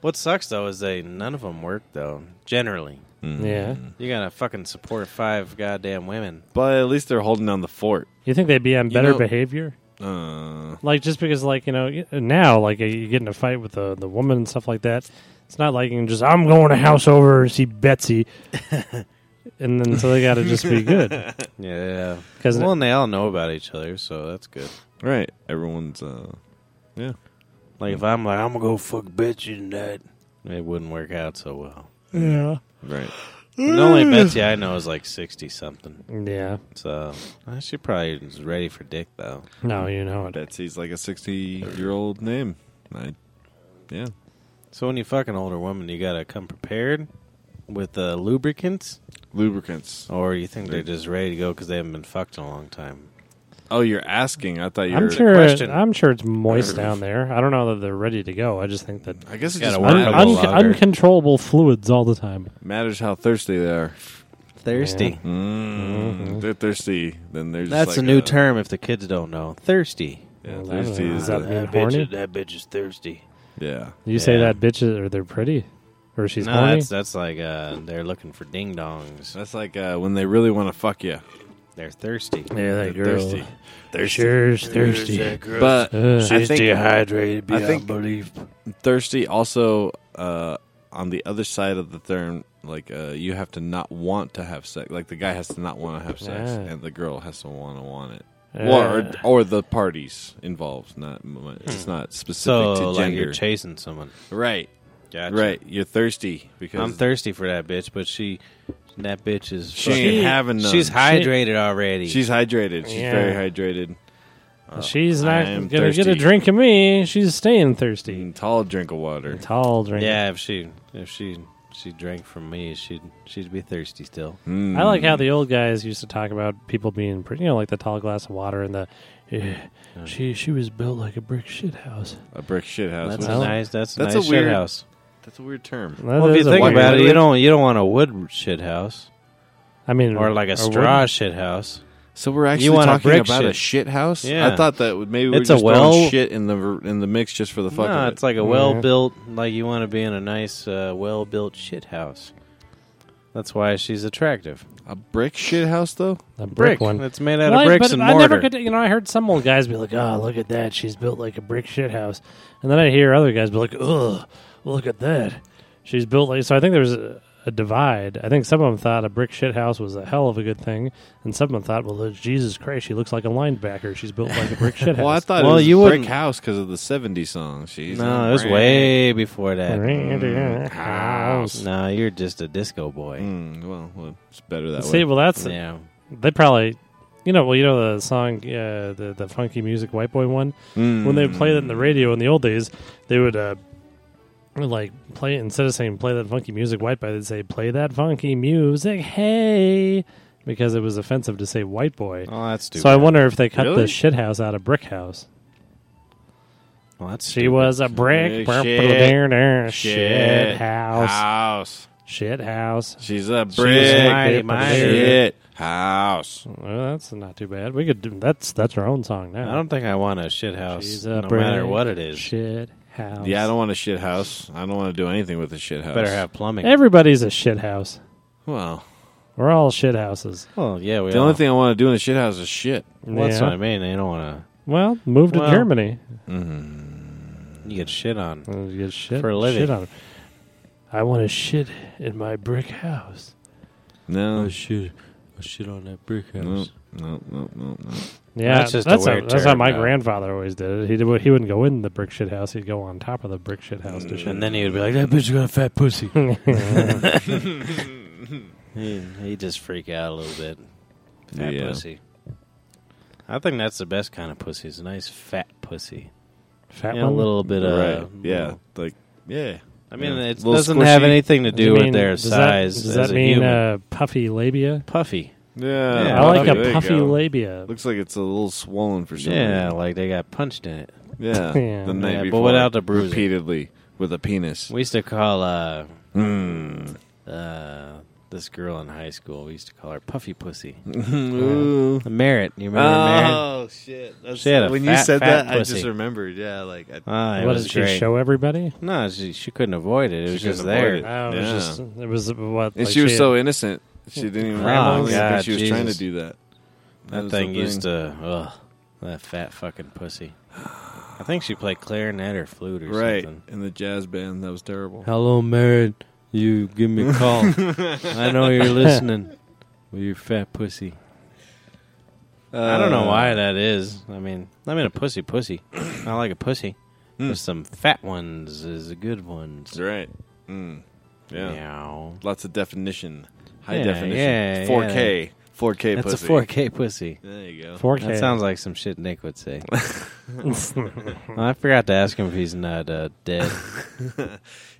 B: What sucks though is they none of them work though. Generally,
C: Yeah.
B: you gotta fucking support five goddamn women.
D: But at least they're holding down the fort.
C: You think they'd be on
D: You
C: better
D: know-
C: behavior?
D: Uh,
C: Like just because, like you know, y- now like uh, you get in a fight with the the woman and stuff like that. It's not like you can just I'm going to house over and see Betsy, and then so they got to just be good
B: Yeah,
C: because
B: well, and they all know about each other, so that's good.
D: right. Everyone's. Uh,
B: Like if I'm like I'm gonna go fuck bitches and that, it wouldn't work out so well.
C: yeah,
D: Right.
B: The only Betsy I know is like sixty something,
C: yeah.
B: so uh, she probably is ready for dick though.
C: No, you know it.
D: Betsy's like a 60 year old name. I, yeah.
B: So when you fuck an older woman, you gotta come prepared with uh, lubricants,
D: Lubricants.
B: or you think they're just ready to go because they haven't been fucked in a long time.
D: Oh, you're asking. I thought you
C: I'm
D: were.
C: sure.
B: question.
C: I'm sure it's moist down there. I don't know that they're ready to go. I just think that
D: I guess it
B: Gotta
D: just
B: work
C: un-
B: a
D: matters,
B: little
C: un-
B: longer.
C: uncontrollable fluids all the time.
D: matters how thirsty they are.
B: Thirsty.
D: Mm,
B: Mm-hmm.
D: If They're thirsty. Then they're just
B: That's
D: like
B: a new term if the kids don't know. Thirsty.
D: Yeah,
C: Well,
D: thirsty
C: that-
D: is
C: that
D: the-
C: mean
B: bitch
C: horny?
B: is- that bitch is thirsty.
D: yeah.
C: You say
B: Yeah.
C: that bitches or they're pretty, or she's
B: no,
C: horny.
B: that's that's like uh, they're looking for ding dongs.
D: That's like uh, when they really want to fuck you.
B: They're thirsty.
C: yeah,
D: They're
C: that girl.
D: thirsty. Thirsty.
C: Sure's thirsty.
D: But
C: Ugh.
D: I think
B: dehydrated
D: I think-
B: believe.
D: thirsty also uh, on the other side of the term, like uh, you have to not want to have sex. Like the guy has to not want to have sex,
C: Ah.
D: and the girl has to want to want it.
C: Uh,
D: or or the parties involved. Not m- it's not
B: Hmm. So
D: specific to
B: like
D: gender.
B: you're chasing someone.
D: right,
B: Gotcha.
D: right. You're thirsty because
B: I'm thirsty for that bitch, but she that bitch is
D: She
B: fucking-
D: ain't having none.
B: She's
D: She-
B: hydrated already.
D: she's hydrated. She's
C: Yeah.
D: very hydrated.
C: she's
D: I
C: not
D: am
C: gonna get
D: thirsty.
C: a drink of me. She's staying thirsty.
D: And tall drink of water.
C: Tall drink.
B: yeah, if she if she she drank from me, she'd she'd be thirsty still.
D: Mm.
C: I like how the old guys used to talk about people being pretty, you know, like the tall glass of water and the. "Yeah, she she was built like a brick shit house.
D: a brick shit house.
B: That's
D: That's,
B: a
C: Well,
B: nice. That's a
D: that's
B: nice
D: a
B: shit
D: weird-
B: house.
D: a weird term.
C: That
B: well, if
C: is
B: you
C: a
B: think
C: weird-
B: about it, you don't you don't want a wood shit house
C: I mean,
B: or like a straw shit house.
D: So we're actually
B: want a
D: talking
B: brick
D: about a
B: shit.
D: shit house.
B: Yeah.
D: I thought that would maybe we're
B: It's a
D: just throwing
B: well-
D: shit in the ver- in the mix just for the fuck
B: No,
D: of it.
B: it's like a well built. Like you want to be in a nice, uh, well built shit house. That's why she's attractive.
D: a brick shit house though.
C: a brick, one.
B: It's made out
C: Well, I-
B: of bricks
C: but
B: and
C: I
B: mortar.
C: never could, you know, I heard some old guys be like, "Oh, look at that, she's built like a brick shit house," and then I hear other guys be like, "Ugh, look at that, she's built like." So I think there was a, a divide. I think some of them thought a brick shit house was a hell of a good thing, and some of them thought, "Well, Jesus Christ, she looks like a linebacker. She's built like a brick shit house."
D: Well, I thought
B: Well,
D: it was
B: you
D: a brick
B: wouldn't-
D: house because of the '70s song. She's
B: no, it was way before that.
C: house.
B: No, you're just a disco boy.
D: Mm, well, well, it's better that
C: See,
D: way.
C: well, that's
B: Yeah,
C: they probably. You know, well, you know the song, uh, the the funky music, white boy one. when they would play that in the radio in the old days, they would uh, like play instead of saying "play that funky music," white boy, they'd say "play that funky music, hey," because it was offensive to say white boy.
B: oh, that's stupid.
C: so I wonder if they cut
D: Really?
C: the shit house out of brick house.
B: Well, that's
C: She was a brick.
D: Shit.
C: Shit. house.
D: House.
C: Shit house.
D: She's a
B: was
D: brick.
B: mighty,
C: Shit.
B: mighty.
D: Shit house.
C: Well, that's not too bad. We could do that's that's our own song now.
B: I don't think I want a shit house,
C: She's a
B: no matter
C: brick
B: what it is.
C: Shit house.
D: Yeah, I don't want a shit house. I don't want to do anything with a shit house.
B: Better have plumbing.
C: Everybody's a shit house.
D: Well,
C: We're all shit houses.
B: well, yeah, we
D: the only thing I want to do in a shit house is shit.
B: Well, that's
C: Yeah.
B: what I mean. They don't want
C: Well, move to
B: Well,
C: Germany.
B: to. You get shit on.
C: Uh, you get shit
B: for a living.
C: shit on 'em. I want to shit in my brick house.
D: No,
B: Oh, shit. Shit on that brick
D: no, no, no, no. no.
C: Yeah,
B: That's
C: that's
B: just a
C: how,
B: weird
C: that's how
B: term,
C: my
B: though.
C: grandfather always did it. He did, he wouldn't go in the brick shit house. He'd go on top of the brick shit house to shit.
B: Mm, And then he would be like, "That bitch got a fat pussy."
C: yeah,
B: He he just freak out a little bit. Fat
D: Yeah.
B: pussy. I think that's the best kind of pussy. Is a nice fat pussy.
C: fat
B: And a
C: one?
B: little bit of
D: right. Yeah. Like, yeah.
B: I mean,
D: Yeah.
B: it
D: Little
B: doesn't
D: squishy.
B: have anything to do
C: You
B: with
C: mean-
B: their
C: does that-
B: size.
C: does that
B: as a
C: mean
B: human.
C: uh, puffy labia?
B: puffy?
D: Yeah.
B: Yeah,
C: I like
B: puffy,
D: There
C: a
D: you
C: puffy
D: go.
C: labia.
D: Looks like it's a little swollen for some
B: Yeah,
D: reason.
B: like they got punched in it.
D: Yeah.
C: Yeah.
D: The night
B: Yeah, but
D: before.
B: without the bruising.
D: Repeatedly with a penis.
B: We used to call uh,
D: Mm.
B: uh, this girl in high school. We used to call her Puffy Pussy.
D: Ooh.
B: Merritt, you remember Merritt?
D: Oh shit! That's,
B: She had a
D: when you
B: fat,
D: said
B: fat
D: that, I just
B: pussy.
D: remembered. Yeah, like I,
B: Ah, it
C: what
B: was
C: did she
B: great.
C: show everybody?
B: No, she she couldn't avoid it. It
D: She
B: was just
D: couldn't avoid
B: there.
D: it.
C: Oh, it was
D: Yeah.
C: just it was what
D: and
C: like
D: she was
C: had-
D: so innocent. She didn't even.
B: Grandma
D: I don't even
B: Oh, God,
D: think she was trying to
B: Jesus.
D: do that.
B: That
D: was the
B: thing used to, ugh, that fat fucking pussy. I think she played clarinet or flute or
D: right
B: something.
D: in the jazz band. That was terrible.
B: Hello, Merritt. You give me a call. I know you're listening with your fat pussy. I
D: Uh,
B: don't know why that is. I mean, I mean a pussy pussy. I like a pussy.
D: Mm.
B: There's some fat ones is the good ones.
D: That's right. Mm. Yeah.
B: Meow.
D: lots of definition, high
B: Yeah, yeah,
D: definition, four K, four K
B: That's
D: pussy.
B: a 4K pussy.
D: There you go.
C: 4K.
B: That sounds like some shit Nick would say. I forgot to ask him if he's not uh, dead.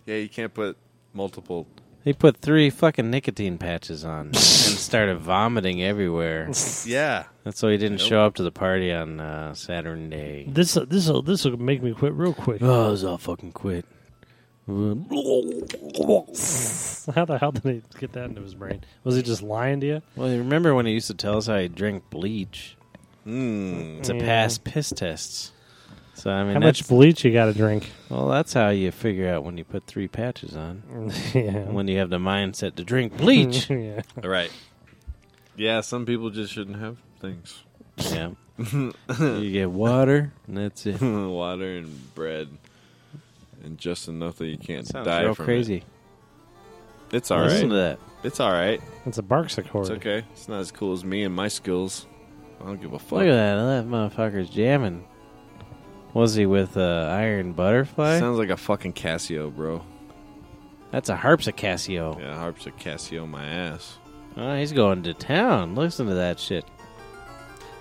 D: Yeah, you can't put multiple.
B: He put three fucking nicotine patches on and started vomiting everywhere.
D: Yeah,
B: That's why he didn't
D: Nope.
B: show up to the party on uh, Saturday.
C: this this will this will make me quit real quick.
B: Oh, I was all fucking quit.
C: How the hell did he get that into his brain? Was he just lying to you?
B: Well, you remember when he used to tell us how he drank bleach
D: mm.
B: to
C: Yeah.
B: pass piss tests? So I mean,
C: How
B: that's,
C: much bleach you got to drink?
B: well, that's how you figure out when you put three patches on,
C: Mm-hmm. yeah.
B: when you have the mindset to drink bleach.
C: yeah.
D: right. Yeah, some people just shouldn't have things.
B: yeah, you get water, and that's it.
D: Water and bread, and just enough that you can't
B: Sounds
D: die
B: real
D: from
B: crazy.
D: it. It's all
B: Listen to
D: right.
B: that.
D: It's all right.
C: It's a barksichord.
D: It's okay. It's not as cool as me and my skills. I don't give a fuck.
B: Look at that. That motherfucker's jamming. Was he with uh, Iron Butterfly?
D: Sounds like a fucking Casio, bro.
B: That's a harpsicasio.
D: Yeah, harps a Casio my ass.
B: Oh, he's going to town. Listen to that shit.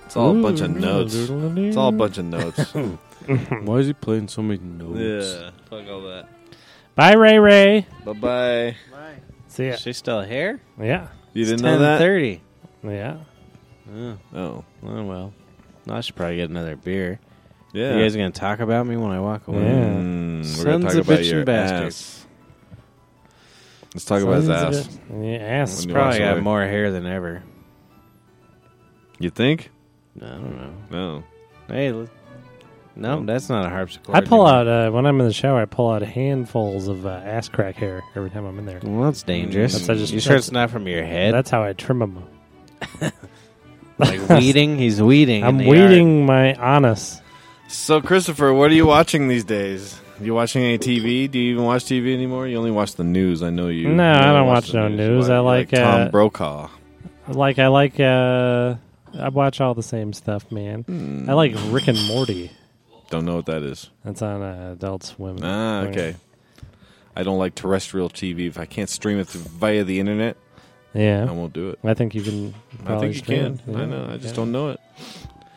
D: It's all a bunch of notes. It's all a bunch of notes.
B: Why is he playing so many notes?
D: Fuck all that.
C: Bye, Ray Ray.
D: Bye bye.
C: See ya.
B: She's still here?
C: Yeah.
D: You
B: It's
D: didn't know that?
B: 10:30.
C: Yeah.
B: Oh,
D: Oh.
B: oh, well. I should probably get another beer.
D: Yeah.
B: You guys are going to talk about me when I walk away?
C: Yeah.
D: Mm, we're
B: Sons
D: gonna talk
B: of
D: about
B: bitchin'
D: your
B: bastards.
D: ass. Let's talk about his
C: Sons
D: ass.
C: of a- Yeah, ass.
B: It's
D: When you
B: probably
D: walk
B: got
D: away.
B: more hair than ever.
D: You think?
B: I don't know.
D: No.
B: Hey, l- no, that's not a harpsichord.
C: I pull
B: anymore.
C: out uh, when I'm in the shower. I pull out handfuls of uh, ass crack hair every time I'm in there.
B: Well, that's dangerous.
D: That's- I
C: just-
B: you sure
C: that's-
B: it's not from your head?
C: That's how I trim them.
B: like weeding? He's weeding. in
C: I'm
B: the
C: weeding my anus.
D: So Christopher, what are you watching these days? You watching any TV? Do you even watch TV anymore? You only watch the news. I know you.
C: No,
D: you
C: I
D: only
C: don't watch
D: the
C: no
D: You
C: news. I
D: you're
C: like, uh,
D: Tom Brokaw.
C: Like I like. uh I watch all the same stuff, man. I like Rick and Morty.
D: Don't know what that is.
C: That's on uh, Adult Swim.
D: Ah, okay. I don't like terrestrial TV. If I can't stream it via the internet, I
C: Yeah.
D: won't do it.
C: I think you can.
D: I
C: probably
D: think you
C: stream
D: can.
C: it. Yeah,
D: I know. I
C: yeah.
D: just don't know it.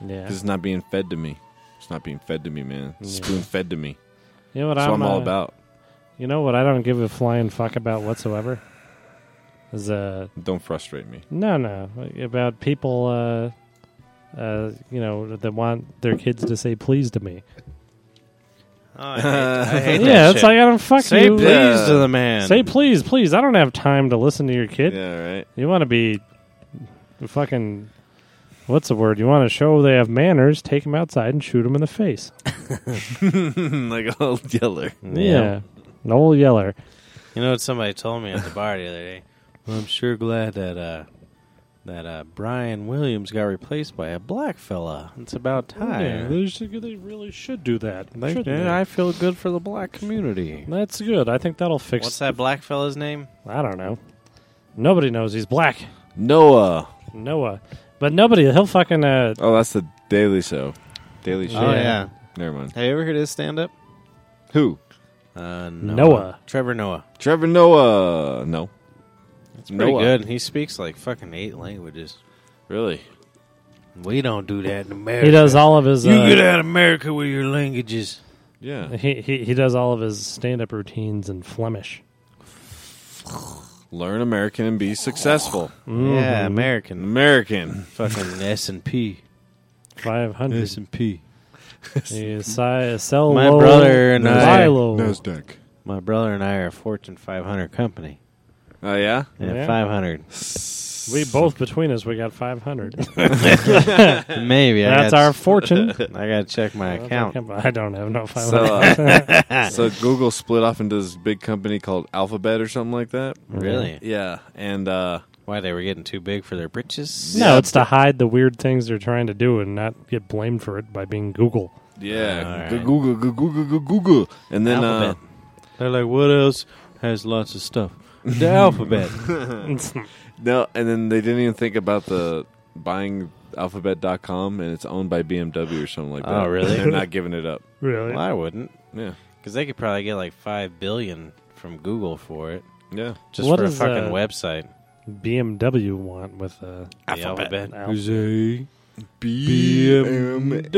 C: Yeah.
D: Because it's not being fed to me. It's not being fed to me, man. It's
C: Yeah.
D: Spoon fed to me.
C: You know what
D: That's what
C: I'm,
D: I'm all
C: uh,
D: about.
C: You know what I don't give a flying fuck about whatsoever is uh
D: Don't frustrate me.
C: no no about people uh uh you know that want their kids to say please to me.
B: I hate, I hate
C: yeah,
B: that
C: it's
B: shit.
C: like I don't fuck
B: Say
C: you.
B: please
D: Yeah.
B: to the man.
C: Say please, please. I don't have time to listen to your kid.
D: yeah, right.
C: You want to be fucking what's the word? You want to show they have manners? Take them outside and shoot them in the face.
D: like a little yeller.
C: Yeah, Noel Yeller.
B: You know what somebody told me at the bar the other day? Well, I'm sure glad that uh, that uh, Brian Williams got replaced by a black fella. It's about
C: Yeah,
B: time.
C: they, should, they really should do that.
B: Like,
C: shouldn't
B: man,
C: they?
B: I feel good for the black community.
C: That's good. I think that'll fix.
B: What's that black fella's name?
C: I don't know. Nobody knows he's black.
D: Noah.
C: Noah, but nobody. He'll fucking. Uh,
D: Oh, that's the Daily Show. Daily Show.
B: Oh
C: Yeah.
B: yeah.
D: Never mind.
B: Have you ever heard his stand up?
D: Who?
B: Uh, Noah.
C: Noah.
B: Trevor Noah.
D: Trevor Noah. No. It's
B: Pretty good. He speaks like fucking eight languages.
D: Really?
B: We don't do that in America.
C: he does all of his.
B: You
C: Uh,
B: get out of America with your languages.
D: Yeah.
C: he, he he does all of his stand-up routines in Flemish.
D: Learn American and be successful.
C: Mm-hmm.
B: Yeah, American.
D: American.
B: fucking S and P.
C: Five hundred.
B: and P.
C: You si- sell
B: My
C: low,
B: brother and
C: buy
B: I-
C: low.
D: Nasdaq.
B: My brother and I are a Fortune 500 company.
D: Oh yeah.
B: Yeah,
C: Yeah.
B: 500.
C: We both between us, we got five hundred.
B: Maybe
C: That's
B: I
C: our
B: gotta,
C: fortune.
B: I gotta check my account.
C: I don't have no five
D: So,
C: hundred.
D: uh, so Google split off into this big company called Alphabet or something like that.
B: Really?
D: Yeah, and uh,
B: Why they were getting too big for their britches?
C: no, it's to hide the weird things they're trying to do and not get blamed for it by being Google.
D: yeah,
B: All
D: Go-
B: right.
D: Google, Go- Google, Go- Google, and then uh,
B: Alphabet. They're like, what else has lots of stuff? The alphabet.
D: no, and then they didn't even think about the buying Alphabet.com and it's owned by BMW or something like that.
B: Oh, really?
D: They're not giving it up.
C: really?
B: well, I wouldn't,
D: Yeah,
B: because they could probably get like five billion from Google for it,
D: yeah.
B: just
C: What
B: for a
C: is,
B: fucking
C: uh,
B: website.
C: BMW want with uh,
B: The alphabet.
C: Al-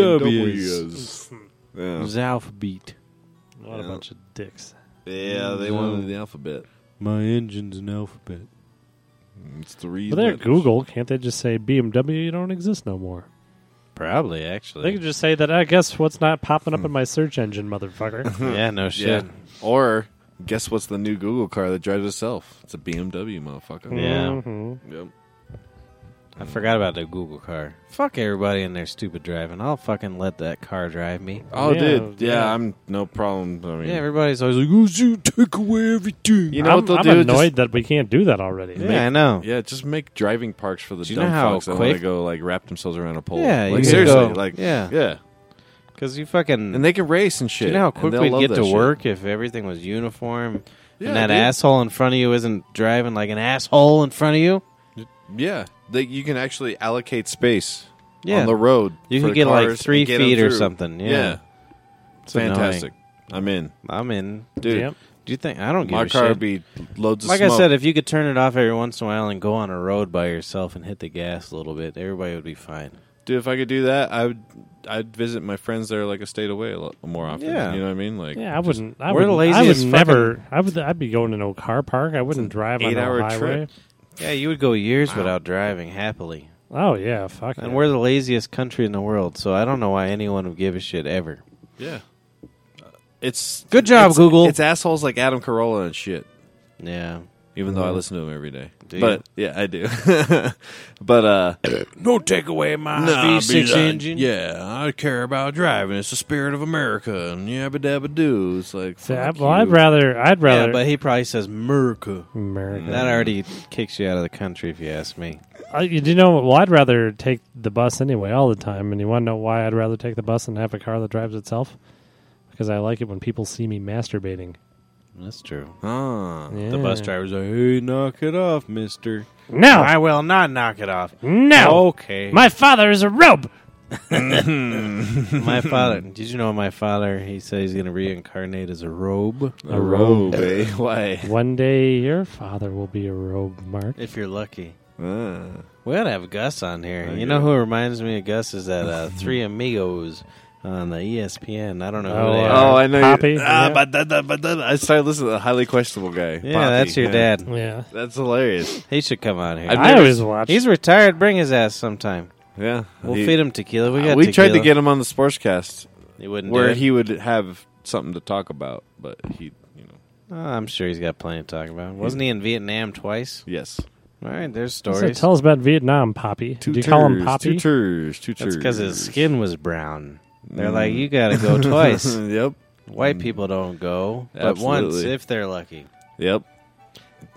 D: BMWs. Yeah,
B: Zalphabet.
C: what a bunch of dicks.
D: yeah they wanted the alphabet.
B: My engine's an alphabet.
D: It's three.
C: But they're
D: letters.
C: Google. Can't they just say BMW? You don't exist no more.
B: Probably,
C: They
B: actually.
C: could just say that. I guess what's not popping
B: Hmm.
C: up in my search engine, motherfucker.
B: yeah, no shit.
D: Hmm. Yeah. Or guess what's the new Google car that drives itself? It's a BMW, motherfucker.
B: Yeah.
C: Mhm.
D: Yep.
B: I forgot about the Google car. Fuck everybody and their stupid driving. I'll fucking let that car drive me.
D: Oh,
C: Yeah,
D: dude. Yeah,
C: yeah.
D: I'm no problem. I mean,
B: Yeah, everybody's always like, oh, you take away everything.
D: you know
C: I'm,
D: what they'll
C: I'm
D: do?
C: annoyed that we can't do that already.
B: yeah, I know.
D: Just, yeah, just make driving parks for the
B: Do you
D: dumb
B: know how
D: fucks that want to
B: quick-
D: go like wrap themselves around a pole.
B: Yeah, you
D: like
B: could
D: seriously,
B: go-
D: like
B: yeah.
D: yeah,
B: Because you fucking.
D: and they can race and shit.
B: you know how
D: and
B: quick
D: they'll
B: we'd
D: love
B: get
D: that
B: to
D: shit.
B: work if everything was uniform
D: Yeah,
B: and that
D: dude.
B: asshole in front of you isn't driving like an asshole in front of you?
D: Yeah, they, you can actually allocate space
B: Yeah.
D: on the road.
B: You
D: for
B: could
D: the
B: get, like,
D: cars and
B: three
D: get 'em
B: feet or
D: through.
B: something, yeah. It's annoying.
D: fantastic. I'm in,
B: I'm in.
D: dude.
C: Yep.
B: Do you think. I don't give
D: My
B: a
D: car
B: shit.
D: would be loads of
B: like I
D: smoke.
B: said, if you could turn it off every once in a while and go on a road by yourself and hit the gas a little bit, everybody would be fine.
D: Dude, if I could do that, I would. I'd visit my friends there like a state away a lot more often.
B: Yeah.
D: you know what I mean. Like,
C: Yeah, I wouldn't. I
B: we're
C: would
B: the
C: I would
B: laziest
C: never. I would. I'd be going to no car park. I wouldn't drive on
D: eight-hour
C: no highway.
D: trip.
B: Yeah, you would go years without driving happily.
C: Oh yeah, fuck.
B: And
C: yeah.
B: we're the laziest country in the world, so I don't know why anyone would give a shit ever.
D: yeah, uh, it's
B: Good job,
D: it's-
B: Google.
D: It's assholes like Adam Carolla and shit.
B: Yeah.
D: Even
B: Mm-hmm.
D: though I listen to him every day,
B: Do
D: but yeah, I do. but uh,
B: No take away my
D: Yeah, I care about driving. It's the spirit of America and yabba dabba do. It's like,
C: So, I-
D: fuck
C: well, I'd
D: you.
C: rather. I'd rather.
B: Yeah, but he probably says America.
C: America.
B: That already kicks you out of the country, if you ask me.
C: I, you do you know, well, I'd rather take the bus anyway all the time. And you want to know why I'd rather take the bus than have a car that drives itself? Because I like it when people see me masturbating.
B: That's true.
D: Ah.
B: The bus
C: Yeah.
B: driver's like, hey, knock it off, mister. I
C: No,
B: will not knock it off.
C: no.
B: Okay.
C: My father is a robe.
B: My father. Did you know my father? He said he's going to reincarnate as a robe.
D: A robe, eh? Why?
C: One day your father will be a robe, Mark.
B: If you're lucky.
D: Ah.
B: We ought to have Gus on here. you know who reminds me of Gus is that uh, Three Amigos on the E ESPN. I don't know
C: Oh,
B: who they
C: uh,
B: are.
D: Oh, I know. you-
C: Poppy,
D: Ah,
C: yeah.
D: but that, that, but that, I started listening to the highly questionable guy.
B: yeah,
D: Poppy,
B: that's your
D: yeah.
B: dad.
C: Yeah.
D: That's hilarious.
B: He should come on here.
D: I've
C: I
D: never-
C: always watch.
B: He's retired. Bring his ass sometime.
D: Yeah,
B: We'll
D: He- Uh,
B: feed him tequila. We got
D: we tried to
B: tequila.
D: get him on the Sportscast
B: He wouldn't
D: where
B: do it.
D: he would have something to talk about, but he, you
B: Oh,
D: know,
B: I'm sure he's got plenty to talk about. Wasn't he in Vietnam twice?
D: yes,
B: All right, there's
C: So
B: stories.
C: tell us about Vietnam, Poppy.
D: two
C: Do you call him
D: tours,
C: Poppy?
D: two tours, two tours.
B: That's because his skin was brown. They're
D: Mm.
B: like, you gotta go twice.
D: yep,
B: White people don't go, but once
D: Absolutely.
B: if they're lucky.
D: yep.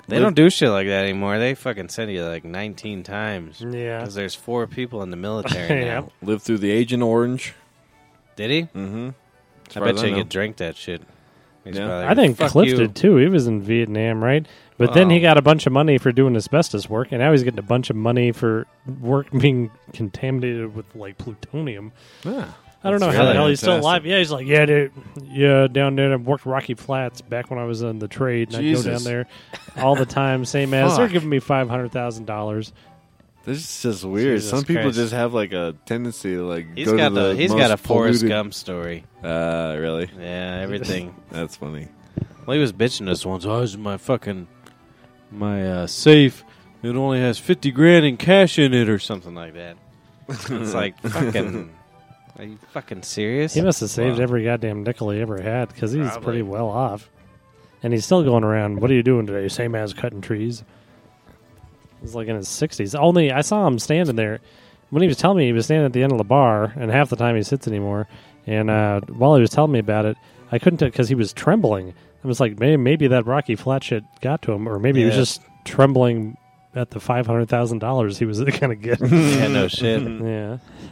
B: They don't do shit like that anymore. They fucking send you like 19 times.
C: Mm, Yeah.
B: Because there's four people in the military
C: Yeah.
B: now.
D: live through the Agent Orange.
B: Did he?
D: Mm-hmm.
B: I bet you he could drink that shit. He's
D: Yeah.
B: probably
C: I think
B: "Fuck
C: Cliff
B: you."
C: did too. He was in Vietnam, right? But then he
B: Wow.
C: got a bunch of money for doing asbestos work, and now he's getting a bunch of money for work being contaminated with like plutonium. I don't know
B: That's
C: how the
B: really
C: hell he's still
D: fantastic.
C: alive. Yeah, he's like, yeah, dude, yeah, down there. I worked Rocky Flats back when I was in the trade, and I go down
D: Jesus.
C: there all the time. Same as they're
D: Fuck.
C: giving me five hundred thousand dollars.
D: This is just weird.
B: Jesus
D: Some people
B: Christ.
D: just have like a tendency to like
B: He's
D: go
B: got
D: to the
B: a he's
D: most
B: got a Forrest
D: polluted-
B: Gump story.
D: Uh, really?
B: Yeah, everything.
D: That's funny.
B: well, he was bitching us once. Oh, this is my fucking my uh, safe. It only has fifty grand in cash in it, or something like that. it's like fucking. Are you fucking serious?
C: He must have saved
D: Wow.
C: every goddamn nickel he ever had because he's
B: Probably.
C: pretty well off, and he's still going around. What are you doing today? Same as cutting trees. He's like in his sixties. Only I saw him standing there when he was telling me he was standing at the end of the bar, and half the time he sits anymore. And uh, while he was telling me about it, I couldn't tell because he was trembling. I was like, maybe, maybe that Rocky Flat shit got to him, or maybe he was
B: Yeah.
C: just trembling at the five hundred thousand dollars he was gonna get.
B: yeah, no shit.
C: yeah. Oh.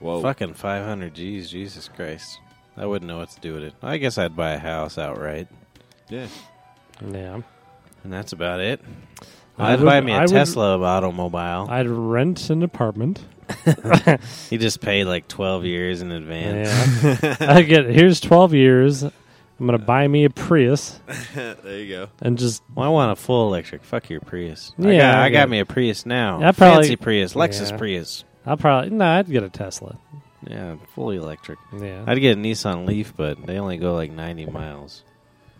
D: Whoa.
B: Fucking five hundred G's, Jesus Christ! I wouldn't know what to do with it. I guess I'd buy a house outright,
D: Yeah.
C: Yeah.
B: and that's about it.
C: I
B: I'd
C: would-
B: buy me a
C: I would-
B: Tesla automobile.
C: I'd rent an apartment.
B: He just paid like twelve years in advance.
C: Yeah. I get it. here's 12 years. I'm going to buy me a Prius
D: there you go.
C: and just
B: Well, I want a full electric. Fuck your Prius. I
C: Yeah,
B: got, I
C: yeah.
B: got me a Prius now.
C: I probably-
B: Fancy Prius, Lexus
C: Yeah.
B: Prius.
C: I'll probably no, I'd get a Tesla.
B: Yeah, fully electric.
C: Yeah.
B: I'd get a Nissan Leaf, but they only go like ninety miles.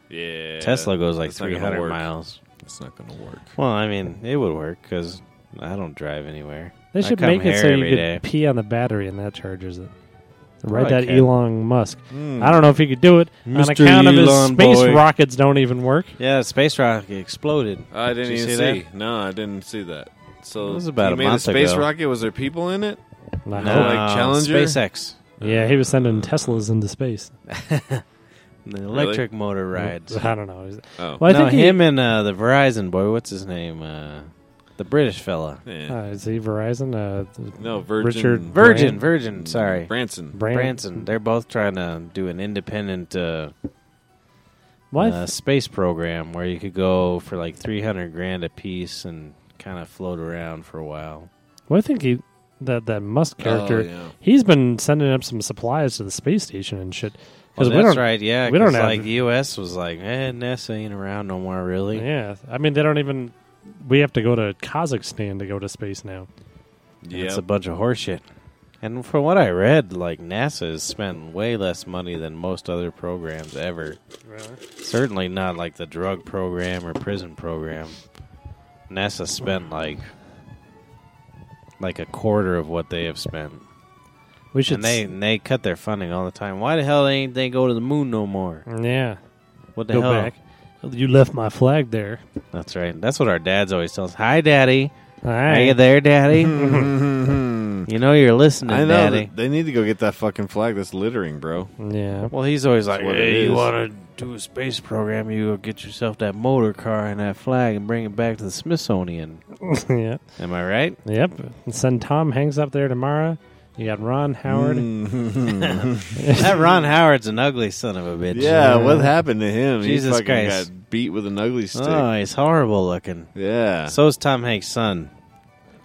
D: Yeah.
B: Tesla goes like
D: that's not gonna
B: three hundred
D: work.
B: miles.
D: It's not gonna work.
B: Well, I mean, it would work because I don't drive anywhere.
C: they
B: I
C: should
B: come
C: make it
B: here
C: so you
B: every
C: could
B: day.
C: pee on the battery and that charges it. Right,
B: Probably
C: that
B: can.
C: Elon Musk. I don't know if he could do it on
D: Mr.
C: account of his
D: Hmm. Elon
C: space
D: boy.
C: rockets don't even work.
B: Yeah, the space rocket exploded.
D: I didn't
B: Did you
D: even see.
B: see
D: No, I didn't see that. So
B: It was about
D: he
B: a
D: made
B: month
D: space
B: ago.
D: rocket. Was there people in it?
C: Not
D: No.
C: how-
D: like Challenger?
B: Uh, SpaceX.
C: Yeah, he was sending Teslas into space.
B: The electric motor rides.
C: I don't know. He's-
D: Oh.
C: Well, I
B: no,
C: think he-
B: him and uh, the Verizon boy. What's his name? Uh, the British fella.
D: Yeah.
C: Uh, is he Verizon? Uh, th-
D: no, Virgin.
C: Richard
B: Virgin,
C: Bran-
B: Virgin. Sorry,
D: Branson.
C: Bran-
B: Branson. They're both trying to do an independent uh,
C: Well, I
B: uh,
C: th-
B: space program where you could go for like three hundred grand a piece and kind of float around for a while.
C: well, I think he that that Musk character.
D: Oh, yeah.
C: He's been sending up some supplies to the space station and shit.
D: Oh,
C: Because
B: Well,
C: we
B: that's
C: don't,
B: right. Yeah,
C: we don't
B: 'cause,
C: have-
B: like the U.S. was like, eh, NASA ain't around no more, really.
C: Yeah, I mean they don't even. We have to go to Kazakhstan to go to space now.
B: And It's
D: Yeah.
B: a bunch of horseshit. And from what I read, like NASA has spent way less money than most other programs ever. Certainly not like the drug program or prison program. NASA spent like like a quarter of what they have spent.
C: We should.
B: And they and they cut their funding all the time. Why the hell ain't they go to the moon no more?
C: s- yeah,
B: What the
C: go
B: hell?
C: back. You left my flag there.
B: That's right. That's what our dads always tell us. Hi, Daddy.
C: All
B: Are you
C: right.
B: there, Daddy? you
D: Mhm.
B: know you're listening,
D: I know.
B: Daddy.
D: that- They need to go get that fucking flag. That's littering, bro.
C: yeah.
B: Well, he's always like,
D: what
B: "Hey,
D: it
B: you
D: is."
B: want to do a space program? You go get yourself that motor car and that flag and bring it back to the Smithsonian."
C: yeah.
B: Am I right?
C: Yep. And send Tom Hanks up there tomorrow. You got Ron Howard.
D: Mm.
B: that Ron Howard's an ugly son of a bitch.
D: Yeah, what happened to him?
B: Jesus
D: he fucking
B: Christ.
D: got beat with an ugly stick.
B: Oh, he's horrible looking.
D: yeah.
B: So's Tom Hanks' son.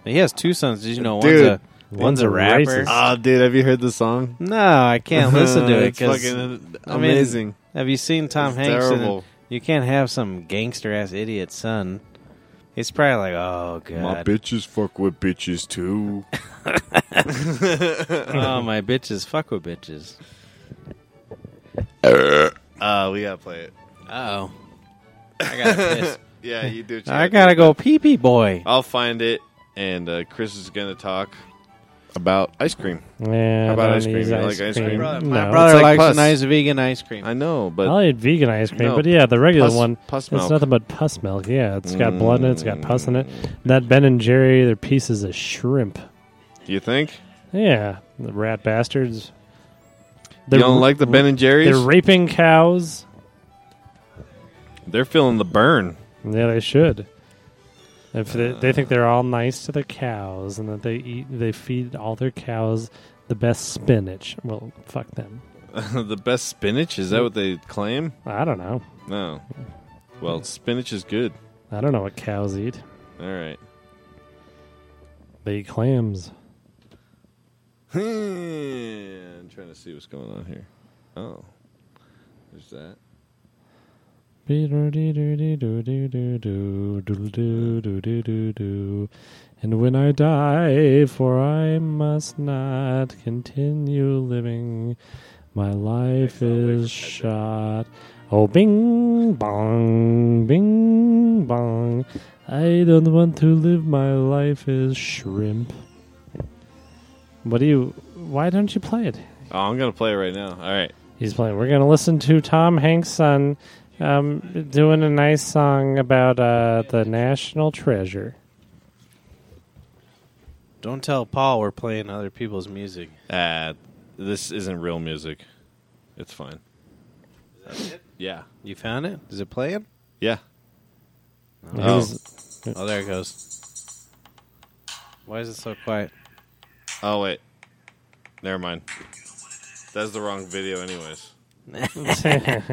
B: He has two sons. Did you know one's
D: Dude.
B: a one's a rapper?
C: Racist.
D: oh, dude, have you heard the song?
B: No, I can't listen to it
D: it's
B: because
D: fucking
B: I mean,
D: amazing.
B: have you seen Tom
D: It's
B: Hanks? in-
D: terrible.
B: you can't have some gangster ass idiot son. He's probably like, oh god,
D: My bitches fuck with bitches too.
B: oh my bitches, fuck with bitches.
D: Uh, we gotta play it.
B: Oh, I gotta piss.
D: Yeah, you do.
B: I gotta go pee pee boy.
D: I'll find it, and uh, Chris is gonna talk. about ice cream.
C: Yeah,
D: How about
C: I don't
D: ice cream?
C: use
D: You like ice cream?
B: Brother-
C: No.
B: My brother
D: It's
B: likes
D: like pus.
B: a nice vegan ice cream.
D: I know, but
C: I'll eat vegan ice cream,
D: No,
C: but yeah, the regular
D: pus,
C: one.
D: pus
C: It's
D: milk.
C: nothing but pus milk. Yeah, it's got blood in it. It's got pus in it.
D: Mm.
C: That Ben and Jerry, they're pieces of shrimp.
D: Do you think
C: Yeah, the rat bastards.
D: you don't like the Ben and Jerry's?
C: They're
D: They're,
C: raping cows.
D: feeling the burn.
C: Yeah, they should. If they, they think they're all nice to their cows and that they eat, they feed all their cows the best spinach. Well, fuck them.
D: the best spinach is that what they claim?
C: I don't know.
D: No. Well, spinach is good.
C: I don't know what cows eat.
D: All right.
C: They eat clams.
D: I'm trying to see what's going on here. Oh, there's that.
C: And when I die, for I must not continue living, my life is shot. Oh, bing bong, bing bong. I don't want to live, my life is shrimp. What do you. Why don't you play it?
D: Oh, I'm gonna play it right now. All right.
C: He's playing. We're going to listen to Tom Hanks' son um, doing a nice song about uh, the national treasure.
B: Don't tell Paul we're playing other people's music.
D: Uh, this isn't real music. It's fine. Yeah.
B: You found it? Is it playing?
D: Yeah.
C: It
D: Oh.
C: was-
B: Oh, there it goes. Why is it so quiet?
D: Oh wait. Never mind. That's the wrong video, anyways.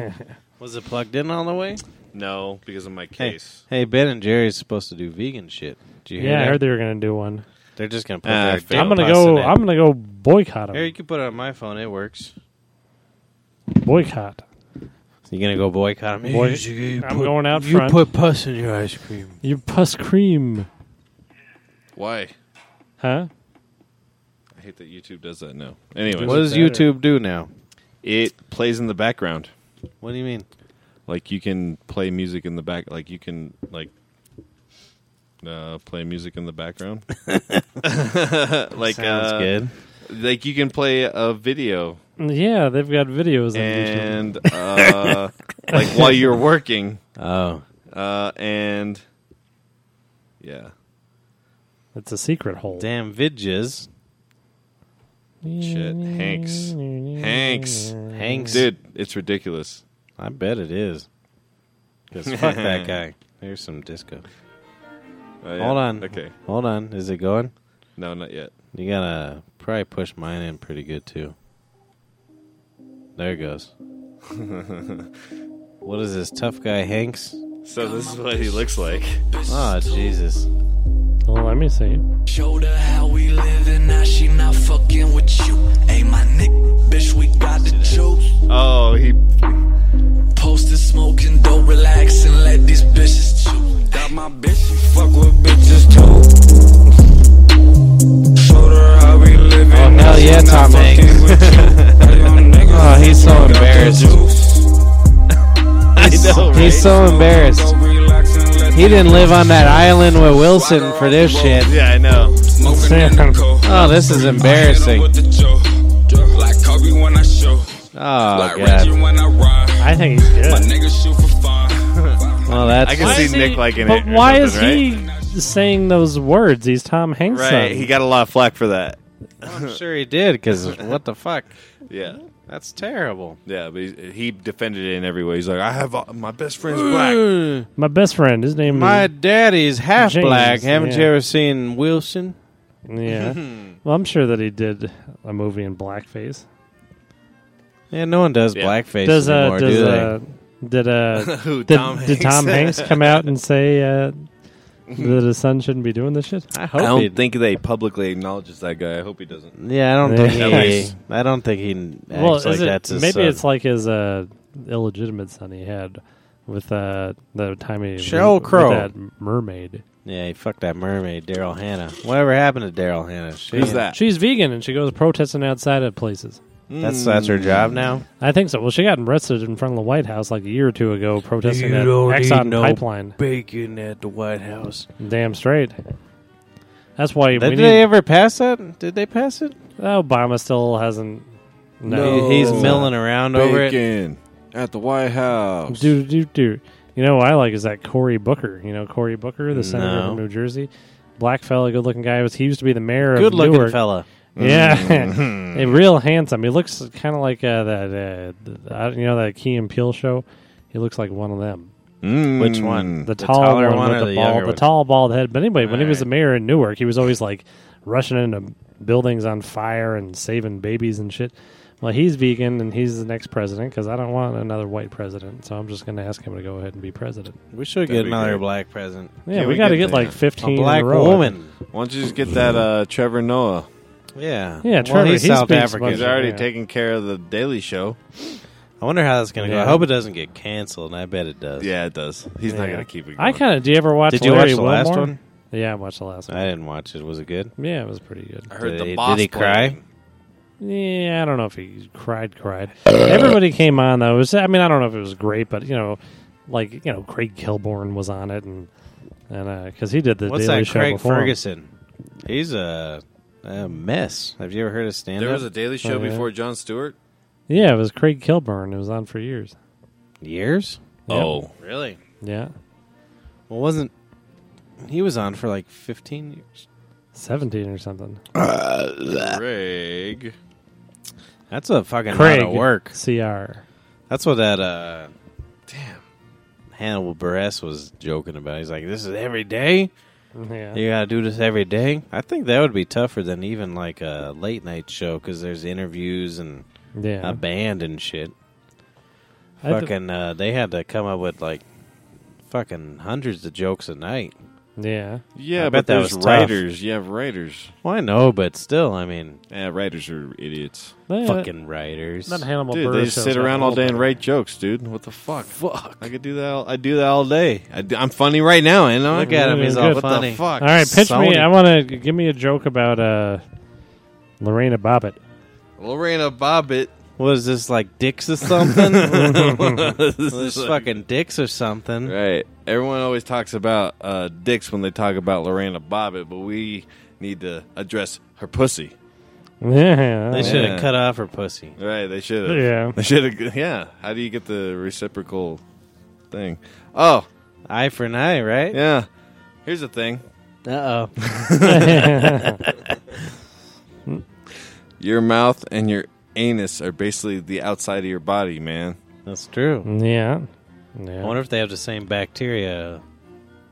B: Was it plugged in all the way?
D: No, because of my
B: Hey,
D: case.
B: hey, Ben and Jerry's supposed to do vegan shit. Did you hear
C: yeah, I
B: that?
C: heard they were going to do one.
B: They're just gonna put
D: Ah,
B: their
D: I failed.
C: I'm
B: damn
C: gonna
B: pus
C: go.
B: in it.
C: I'm gonna go boycott
B: Here, you
C: them.
B: can put it on my phone. It works.
C: Boycott.
B: You gonna go boycott me?
C: Boy-
B: you
C: I'm going out
B: You
C: front.
B: put pus in your ice cream.
C: You pus cream,
D: Why?
C: huh?
D: I hate that YouTube does that now. Anyways,
B: What does
C: better?
B: YouTube do now?
D: it plays in the background.
B: What do you mean?
D: Like you can play music in the back. Like you can like uh, play music in the background. like
B: Sounds
D: uh,
B: good.
D: Like you can play a video
C: Yeah, they've got videos on YouTube.
D: and uh, like while you're working
B: Oh,
D: uh, and yeah.
C: It's a secret hole.
B: damn vidges.
D: Shit, Hanks. Hanks.
B: Hanks.
D: Dude, it's ridiculous.
B: I bet it is. Cause fuck that guy. There's some disco.
D: Uh, yeah.
B: Hold on.
D: Okay.
B: Hold on. Is it going?
D: No, not yet.
B: You gotta probably push mine in pretty good too. There it goes. what is this tough guy Hanks?
D: So this is what he looks like.
B: Oh Jesus!
C: Well, let me see.
E: Showed her how we live and now she not fucking with you. Hey, my nick, bitch, we got the juice.
D: Oh, he.
E: Posted smoking dope, relax and let these bitches chew. Got my bitch, she fuck with bitches too. Showed her how we live
B: Oh,
E: and now
B: hell
E: she
B: yeah,
E: not
B: Tom
E: fucking
B: Hanks.
E: with you. Hey, young niggas,
B: Oh, he's so
E: got the
B: embarrassed.
E: juice.
D: I know, right?
B: He's so embarrassed.
E: Dope, relax, and let
B: He
E: these
B: didn't live on that island with Wilson for this shit.
D: yeah, I know.
E: smoking in the cold.
B: Oh, this is
E: Hit 'em
B: embarrassing.
E: with the juice. Like Kobe when I shoot.
B: Oh
E: Like Reggie
B: god.
E: when I ride.
C: I think he's
E: My
C: good.
E: niggas shoot for fun.
B: Well,
D: I
B: that's
D: can
C: Why
D: see
C: is
D: Nick
C: he-
D: liking
C: But
D: it. or
C: why is
D: something,
C: he
D: right?
C: saying those words? He's Tom Hanks.
D: Right,
C: son.
D: he got a lot of flack for that.
B: I'm sure he did. Cause what the fuck?
D: Yeah,
B: That's terrible.
D: yeah, but he, he defended it in every way. He's like, I have all, my best friend's black.
B: Mm,
C: My best friend. His name
B: My
C: is
B: daddy's half
C: James,
B: black. Haven't you
C: yeah.
B: ever seen Wilson?
C: Yeah. well, I'm sure that he did a movie in blackface.
B: Yeah, no one does
D: Yeah.
B: blackface
C: Does uh
B: anymore,
C: does
B: do they?
C: uh did uh
D: Who,
C: did,
D: Tom
C: did Tom Hanks come out and say uh, that his son shouldn't be doing this shit?
B: I hope
D: I
B: he-
D: don't think they publicly acknowledges that guy. I hope he doesn't.
B: Yeah, I don't
C: Yeah.
B: think
D: At
B: he.
D: least-
B: I don't think he acts
C: is
B: like
C: it-
B: that's his
C: maybe
B: son.
C: it's like his uh, illegitimate son he had with uh, the time he
B: Sheryl
C: with
B: Crow.
C: that mermaid.
B: yeah, he fucked that mermaid, Daryl Hannah. Whatever happened to Daryl Hannah? She,
D: Who's that?
C: She's vegan and she goes protesting outside of places.
B: That's that's her job
C: Hmm.
B: now.
C: I think so. Well, she got arrested in front of the White House like a year or two ago protesting that
B: don't
C: Exxon
B: need no
C: pipeline.
B: Bacon at the White House.
C: Damn straight. That's why we
B: Did
C: need. Oh,
B: they ever pass that? Did they pass it?
C: Obama still hasn't.
D: No.
B: He- he's
C: uh,
D: No.
B: milling around over it.
D: Bacon at the White House.
C: Do do do. You know what I like is that Cory Booker. You know Cory Booker, the senator
B: No.
C: from New Jersey, black fella, good looking guy. Was he used to be the mayor of
B: Good looking
C: Newark.
B: fella.
C: Yeah, Hey, real handsome. He looks kind of like uh, that. Uh, uh, you know that Key and Peele show. He looks like one of them.
D: Mm.
B: Which one?
C: The,
B: The
C: tall
B: taller
C: one,
B: one
C: with
B: or
C: the,
B: the
C: bald,
B: younger
C: the
B: one?
C: tall bald head. But anyway, when he was
B: Alright.
C: the mayor in Newark, he was always like rushing into buildings on fire and saving babies and shit. Well, he's vegan and he's the next president because I don't want another white president, so I'm just going to ask him to go ahead and be president.
B: We should
D: That'd
B: get
D: be
B: another
D: great.
B: black president.
C: Yeah,
D: Yeah,
C: we,
D: we
C: got to
D: get
C: get like
D: there.
C: 15
B: A
C: in
B: black
C: row.
B: woman.
D: Why don't you just get that uh, Trevor Noah?
B: Yeah.
C: Yeah,
B: well,
C: Trevor,
B: he's
C: he
B: South
C: speaks
B: African.
C: much-
D: He's already
C: Yeah.
D: taking care of the Daily Show.
B: I wonder how that's going to
C: Yeah.
B: go. I hope it doesn't get canceled, and I bet it does.
D: Yeah, it does. He's not
C: Yeah.
D: gonna keep it. Going.
C: I kind of. Do you ever watch?
B: Did you
C: Larry
B: watch the last
C: Wilmore?
B: one?
C: Yeah, I watched the last one.
B: I didn't watch it. Was it good?
C: Yeah, it was pretty good.
D: I heard
B: Did
D: the
B: he- did
D: boss
B: he cry?
D: playing.
C: Yeah, I don't know if he cried, cried. Everybody came on though. It was, I mean, I don't know if it was great, but you know, like you know, Craig Kilborn was on it, and and because he did the
B: What's
C: Daily
B: that,
C: Show
B: Craig
C: before him.
B: Ferguson? He's a, a mess. Have you ever heard of stand
D: There was a Daily Show
C: Oh, yeah.
D: before John Stewart.
C: Yeah, it was Craig Kilborn. It was on for years.
B: years?
C: Yeah.
D: Oh,
B: Really?
C: Yeah,
B: Well, wasn't he was on for like 15 years?
C: seventeen or something.
D: Craig.
B: That's a fucking
C: Craig
B: lot of work.
C: Cr.
B: That's what that uh damn Hannibal Buress was joking about. He's like, "This is every day.
C: Yeah.
B: You got to do this every day." I think that would be tougher than even like a late night show because there's interviews and
C: Yeah.
B: a band and shit.
C: I th-
B: fucking, uh, they had to come up with like fucking hundreds of jokes a night.
C: yeah.
D: Yeah,
B: I
D: but
B: bet that
D: there's
B: was tough.
D: writers. You have writers.
B: Well, I know, but still, I mean,
D: Yeah, writers are idiots.
C: Yeah,
B: fucking writers.
C: That Hannibal
D: Dude,
C: Buress
D: they just
C: shows
D: sit
C: got
D: around
C: a
D: all
C: little
D: day
C: bit
D: and
C: of-
D: write jokes, dude. What the fuck? Fuck. I could do that. All, I do that all day. I do, I'm funny right now, and
B: Look at him; he's all
C: Good.
D: what
B: funny.
D: the fuck?
C: All right, pitch me.
B: Sony.
C: I want to give me a joke about uh, Lorena Bobbitt.
D: Lorena Bobbitt.
B: What is this like dicks or something? this is fucking dicks or something.
D: Right. Everyone always talks about uh, dicks when they talk about Lorena Bobbitt, but we need to address her pussy.
C: Oh, Yeah.
B: They should have
D: Yeah.
B: cut off her pussy.
D: Right. They should have.
C: Yeah.
D: They should have. Yeah. How do you get the reciprocal thing? Oh,
B: Eye for an eye, right?
D: yeah. Here's the thing.
B: Uh oh.
D: Your mouth and your anus are basically the outside of your body, man.
B: That's true.
C: Yeah.
B: I
C: Yeah.
B: wonder if they have the same bacteria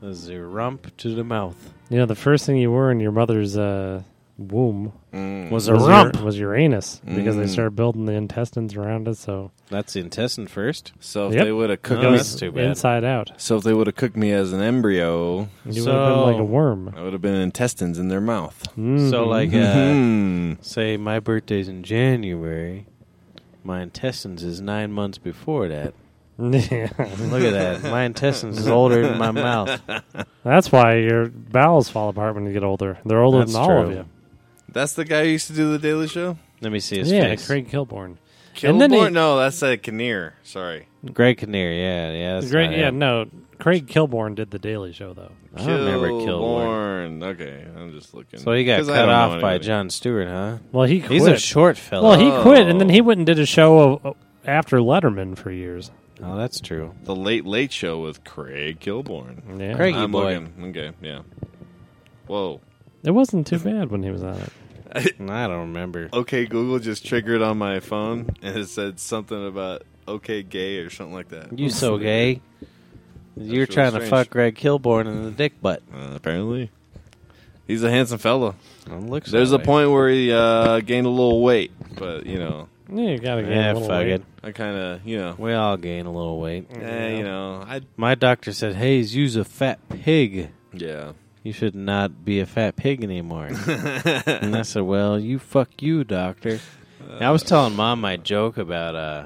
B: as your rump to the mouth.
C: You know, the first thing you were in your mother's uh, womb
B: Was Mm.
C: was Your, was your anus because they started building the intestines around us. So
B: That's the intestine first.
D: So if
C: Yep.
D: they would have
C: it
D: cooked
B: No,
D: me,
B: Oh, that's
C: goes
B: too bad.
C: inside out.
D: so if they would have cooked me as an embryo,
C: You would have been
B: So-
C: like a worm. Mm-hmm.
D: I would have been intestines in their mouth.
C: Hmm.
B: So, like, uh,
D: Hmm.
B: say my birthday's in January, my intestines is nine months before that.
C: Yeah.
B: Look at that. My intestines is older than my mouth.
C: That's why your bowels fall apart when you get older. They're older
B: That's
C: than all of
B: true.
C: you.
D: That's the guy who used to do the Daily Show.
B: Let me see his
C: Yeah,
B: face.
C: Craig Kilborn.
D: Kilborn?
C: then he-
D: no, that's a Kinnear. Sorry,
B: Greg Kinnear, yeah, yeah. That's
C: Great.
B: not
C: Yeah,
B: him.
C: no. Craig Kilborn did the Daily Show though.
B: I don't remember Kilborn.
D: Kilborn. Okay, I'm just looking.
B: So he got
D: 'Cause I
B: cut
D: don't
B: off
D: know
B: by
D: anybody.
B: John Stewart, huh?
C: Well, he quit.
B: He's a short fellow.
C: well, he quit, and then
D: Oh.
C: he went and did a show of, after Letterman for years.
B: oh, that's true.
D: The Late Late Show with Craig Kilborn.
C: Yeah.
B: Craig- Biggie
D: I'm
B: boy.
D: looking. Okay, yeah. Whoa.
C: It wasn't too bad when he was on it.
B: I don't remember.
D: Okay, Google just triggered on my phone, and it said something about okay gay or something like that.
B: You so gay. You're
D: really
B: trying to
D: strange.
B: fuck Greg Kilborn in the dick butt.
D: Uh, apparently, he's a handsome fella.
B: It looks
D: There's
B: that
D: a
B: way.
D: point where he uh, gained a little weight, but you know,
C: Yeah, you gotta get a
B: Yeah,
C: little
B: fuck
C: weight.
B: it.
D: I kind of, you know,
B: We all gain a little weight.
D: eh, you know, I
B: My doctor said, "Hayes, you's a fat pig.
D: yeah.
B: You should not be a fat pig anymore." and I said, "Well, you fuck you, doctor." And I was telling mom my joke about uh,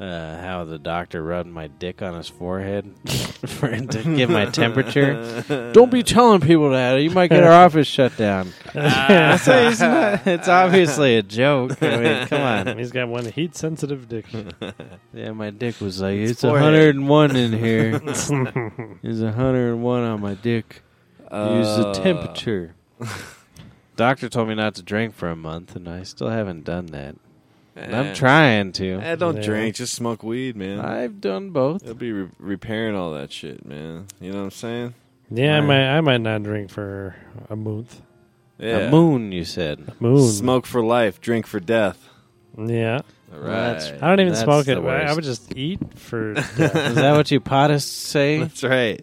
B: uh, how the doctor rubbed my dick on his forehead for to get my temperature. Don't be telling people that; you might get our office shut down. I said, it's, not- it's obviously a joke. I mean, come on.
C: He's got one heat sensitive dick.
B: Yeah, my dick was like, it's,
D: forehead.
B: 101 in here. There's 101 on my dick. Use the
D: Uh,
B: temperature. Doctor told me not to drink for a month, and I still haven't done that. And
D: eh,
B: I'm trying
D: eh,
B: to.
D: don't
C: Yeah.
D: drink. Just smoke weed, man.
B: I've done both.
D: They'll be re- repairing all that shit, man. You know what I'm saying?
C: Yeah, I
B: Right.
C: might I might not drink for a month.
D: Yeah.
B: A moon, you said.
C: Moon.
D: Smoke for life, drink for death.
C: Yeah.
D: All
B: Well, that's-
C: I don't even
B: That's
C: smoke
B: the
C: it. I, I
B: worst.
C: would just eat for death.
B: Is that what you potists say?
D: That's right.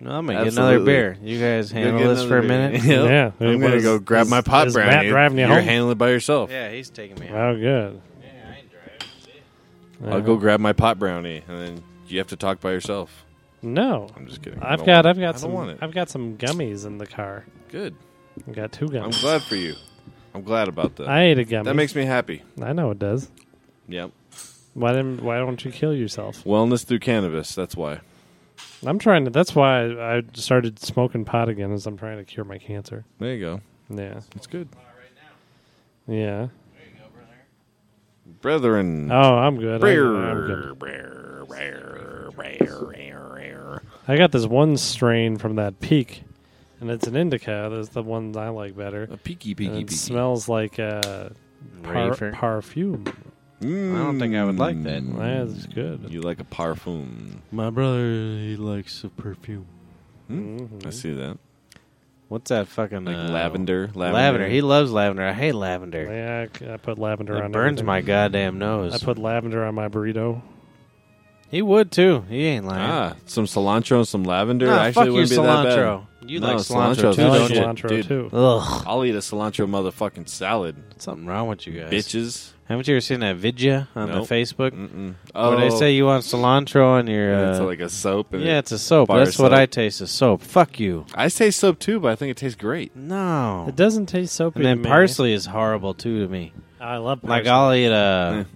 B: No, I'm gonna
D: Absolutely.
B: get another beer. You guys
D: Go
B: handle
D: get
B: this for a
D: another beer.
B: minute.
D: Yep.
C: Yeah.
D: I'm gonna
C: Was-
D: go grab
C: is-
D: my pot
C: is
D: brownie.
C: Matt driving you
D: You're
C: home?
D: handling it by yourself.
B: Yeah, he's taking me out.
C: Oh, good. Uh,
D: I'll go grab my pot brownie, and then you have to talk by yourself.
C: No,
D: I'm just kidding. I
C: I've
D: don't
C: got
D: want
C: I've
D: it. I
C: got
D: don't
C: some
D: want it.
C: I've got some gummies in the car.
D: Good.
C: I've got two
D: I'm
C: gummies.
D: glad for you. I'm glad about that.
C: I ate a gummy.
D: that makes me happy.
C: I know it does.
D: Yep.
C: Why didn't Why don't you kill yourself?
D: Wellness through cannabis. That's why.
C: I'm trying to. That's why I, I started smoking pot again, is I'm trying to cure my cancer.
D: There you go.
C: Yeah,
D: It's good,
C: yeah.
D: brethren.
C: Oh, I'm good. I, I'm
D: Brr,
C: good.
D: brr, brr, brr, brr.
C: I got this one strain from that peak, and it's an indica. That's the one I like better.
D: A peaky,
C: And
D: peaky,
C: it
D: peaky.
C: smells like uh, par-
B: Reefer.
C: parfume.
D: Mm.
B: I don't think I would like that.
C: That's
B: Mm.
C: good.
D: You like a parfum.
B: My brother, he likes the perfume. Mm-hmm.
C: Mhm.
D: Hmm? I see that.
B: What's that fucking
D: Like
B: uh,
D: lavender, lavender.
B: lavender? He loves lavender. I hate lavender.
C: Yeah, I c- I put lavender
B: It
C: on.
B: burns
C: everything.
B: my goddamn nose.
C: I put lavender on my burrito.
B: he would too. He ain't lying.
D: ah, some cilantro and some lavender.
B: Nah,
D: Actually,
B: fuck you,
D: wouldn't be
B: cilantro.
D: that bad.
B: You
D: No,
B: like cilantro
D: cilantro's
B: too,
C: I like
B: don't you?
C: cilantro
D: Dude.
C: too.
B: Ugh,
D: I'll eat a cilantro motherfucking salad,
B: something wrong with you guys.
D: bitches.
B: Haven't you ever seen that video on
D: Nope.
B: the Facebook?
D: Mm-mm.
B: Where they say you want cilantro on your.
D: Oh. And
B: Uh,
D: it's like a soap. And
B: yeah, it's a soap.
D: bar
B: That's what
D: soap.
B: I taste is soap. Fuck you.
D: I say soap too, but I think it tastes great.
B: No.
C: It doesn't taste soapy.
B: and then
C: to me.
B: parsley is horrible too to me.
C: I love
B: Like
C: parsley.
B: I'll eat a,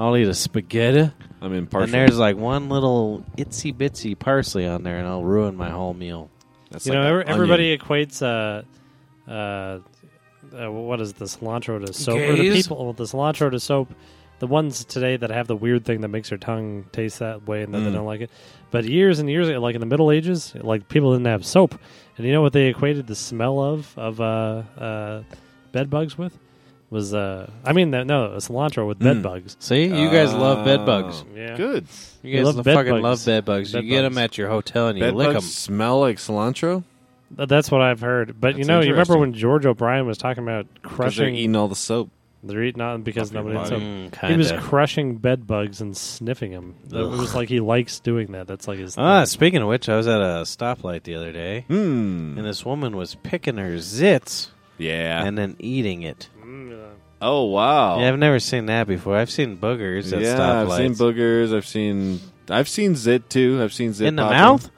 B: I'll eat a spaghetti,
D: I'm in
B: and there's like one little itsy bitsy parsley on there, and I'll ruin my whole meal.
D: That's
C: you know,
D: like an
C: every,
D: onion.
C: everybody equates uh, uh, uh, what is the cilantro to soap? Or the
B: Gays?
C: people, the cilantro to soap, the ones today that have the weird thing that makes their tongue taste that way and then they
D: Mm.
C: don't like it. But years and years, ago, like in the Middle Ages, like people didn't have soap, and you know what they equated the smell of of uh, uh, bed bugs with was uh, I mean no, no cilantro with
D: Mm.
C: bed bugs.
B: See, you guys love bed
D: Oh,
B: bugs.
C: Yeah.
D: Good.
B: You
C: You
B: guys
C: love
B: lo-
C: bed
B: fucking
C: bugs.
B: love bed bugs.
C: Bed
B: you get
C: bugs.
B: them at your hotel and you
D: Bed
B: lick
D: bugs
B: them.
D: smell like cilantro
C: Th- That's what I've heard. But you
D: That's
C: know, you remember
D: interesting.
C: when George O'Brien was talking about
D: because they're
C: crushing
D: eating all the soap.
C: They're eating on because
D: Fucking
C: nobody.
D: body.
C: So
B: Mm,
C: he was
B: kinda.
C: crushing bed bugs and sniffing them. It
B: Ugh.
C: was like he likes doing that. That's like his.
B: Ah,
C: thing.
B: speaking of which, I was at a stoplight the other day,
D: Hmm.
B: and this woman was picking her zits
D: Yeah.
B: and then eating it.
D: oh wow.
B: Yeah, I've never seen that before. I've seen boogers at
D: Yeah, I've
B: stoplights.
D: seen boogers. I've seen. I've seen zit too. I've seen zit
B: in the
D: popping.
B: mouth.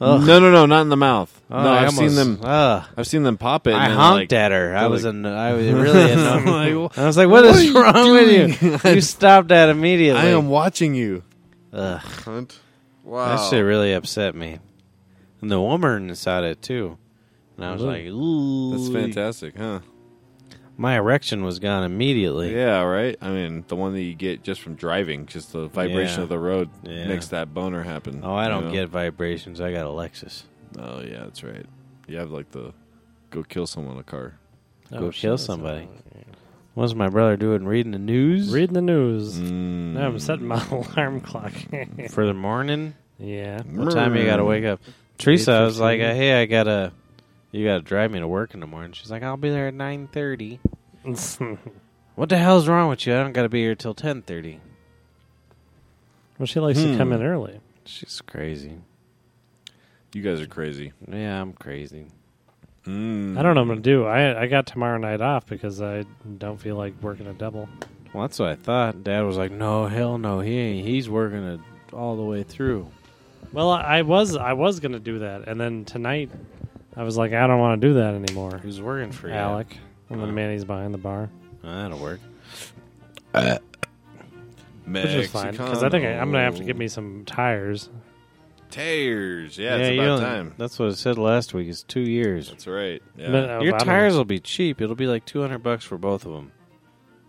B: Ugh.
D: No, no, no, not in the mouth.
B: Oh,
D: no,
B: I
D: I've seen
B: almost-
D: them.
B: Ugh.
D: I've seen them pop it.
B: I
D: and then,
B: honked
D: like,
B: at her. I
D: they're
B: was
D: like-
B: an, I was really
D: I'm
B: annoyed.
D: like,
B: I was like, "What is wrong with you?
D: doing?"
B: You stopped that immediately."
D: I am watching you.
B: Ugh,
D: Cunt. Wow.
B: that shit really upset me. And the woman saw it too, and I was
C: Really?
B: like, "Ooh,
D: That's fantastic, huh?
B: My erection was gone immediately.
D: Yeah, right. I mean, the one that you get just from driving, just the vibration
B: Yeah.
D: of the road
B: Yeah.
D: makes that boner happen.
B: Oh, I
D: you
B: don't
D: know?
B: get vibrations. I got a Lexus.
D: Oh yeah, that's right. You have like the go kill someone in a car.
C: Oh,
B: Go
C: shit,
B: kill
C: that's
B: somebody.
C: not right.
B: What's my brother doing? Reading the news
C: Reading the news.
D: Mm.
C: Now I'm setting my alarm clock.
B: for the morning.
C: yeah.
B: What time you got to wake up? Teresa, I was like,
C: 8:15.
B: "Hey, I gotta, you gotta drive me to work in the morning." She's like, "I'll be there at 9.30.
C: well,
B: What the hell's wrong with you? I don't gotta be here till ten thirty.
C: she likes to
B: Hmm.
C: come in early.
B: She's crazy.
D: Mm. You guys are crazy.
B: Yeah, I'm crazy.
D: Mm.
C: I don't know what I'm gonna do. I I got tomorrow night off because I don't feel like working a double.
B: Well, that's what I thought. Dad was like, "No, hell no, he ain't. He's working it all the way through."
C: Well, I I was I was gonna do that, and then tonight I was like, I don't want to do that anymore.
B: Who's working for you?
C: Alec, and then Manny's behind the bar.
B: Well, that'll work.
C: Which is fine because I think I, I'm gonna have to get me some tires.
D: tears. Yeah,
B: you
D: it's about
B: don't-
D: time.
B: That's what I said last week. It's two years.
D: That's right. Yeah.
C: But,
B: Your
C: uh, I don't know,
B: tires will be cheap. It'll be like two hundred bucks for both of them.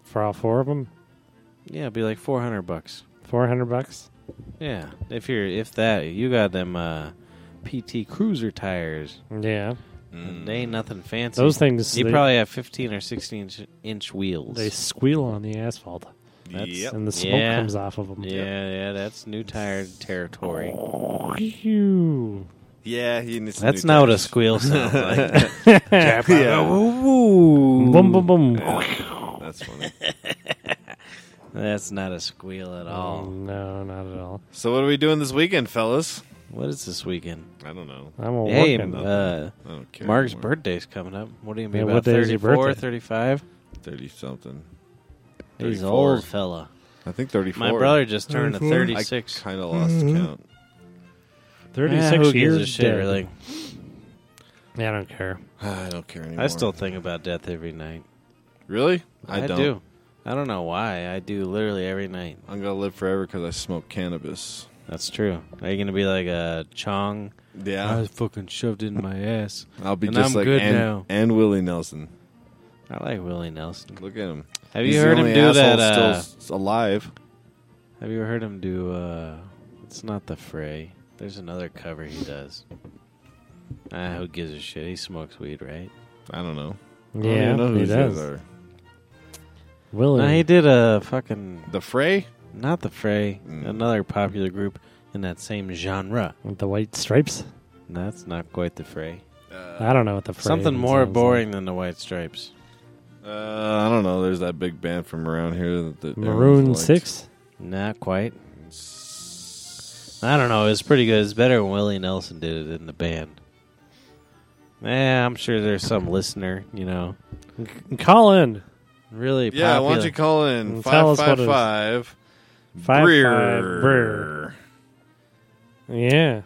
C: for all four of them,
B: Yeah, it'll be like four hundred bucks.
C: four hundred bucks.
B: Yeah, if you're if that you got them uh, PT Cruiser tires.
C: Yeah,
D: Mm.
B: They ain't nothing fancy.
C: those things
B: you
C: they,
B: probably have 15 or 16 inch, inch wheels.
C: they squeal on the asphalt,
B: That's-
D: yep.
C: and the smoke
B: Yeah.
C: comes off of them.
B: yeah, yeah, that's new tire territory.
C: Phew.
D: Yeah, he needs. some
B: That's
D: new
B: not what a
D: tires.
B: squeal sounds like.
D: Yeah,
C: Boom, boom, boom.
D: that's funny.
B: That's not a squeal at all.
C: No, not at all.
D: So what are we doing this weekend, fellas?
B: What is this weekend?
D: I don't know.
C: I'm a
B: Hey,
C: working.
B: uh,
D: I don't care.
B: Mark's
D: anymore.
B: birthday's coming up. What do you mean
C: Yeah,
B: about
C: what day is your
B: 34,
C: birthday?
B: 35?
D: thirty something.
B: He's
D: 34.
B: old fella.
D: I think thirty four.
B: My brother Mm-hmm. just turned to 36.
D: Thirty-six. Kind of lost count.
C: Thirty-six
B: Eh, who
C: years
B: gives a shit,
C: dead.
B: really?
C: Yeah, I don't care.
D: I don't care anymore.
B: I still think about death every night.
D: really.
B: I,
D: don't.
B: do. I don't know why. I do literally every night.
D: I'm gonna live forever because I smoke cannabis.
B: That's true. Are you going to be like a Chong? I
D: Yeah,
B: was fucking shoved in my ass.
D: I'll be
B: and
D: just
B: I'm
D: like
B: good
D: and,
B: now.
D: and Willie Nelson.
B: I like Willie Nelson.
D: Look at him.
B: Have
D: He's
B: you
D: the
B: heard him
D: only
B: do
D: asshole
B: that? Uh,
D: Still s- alive.
B: have you heard him do? Uh, it's not the fray. There's another cover he does. Ah, who gives a shit? He smokes weed, right?
D: I don't know. I don't
C: Yeah,
D: even know who
C: he
D: these guys
C: does.
D: are.
C: Willie.
B: No, he did a fucking
D: The Fray.
B: not the fray.
D: Mm.
B: Another popular group in that same genre.
C: With the white stripes?
B: That's not quite the fray.
C: I don't know what the phrase
B: Something more
C: sounds
B: boring than the White Stripes.
D: Uh, I don't know. There's that big band from around here. That, that
C: Like. Maroon
D: everyone's liked.
C: Six.
B: Not quite. I don't know. It was pretty good. It's better when Willie Nelson did it in the band. Eh, I'm sure there's some listener, you know,
C: Colin.
B: really.
D: Yeah,
B: popular.
D: why don't you call in
C: Mm, tell us
D: five
C: what
D: five
C: it is.
D: five
C: Five, five,
D: Breer.
C: Breer. Yeah.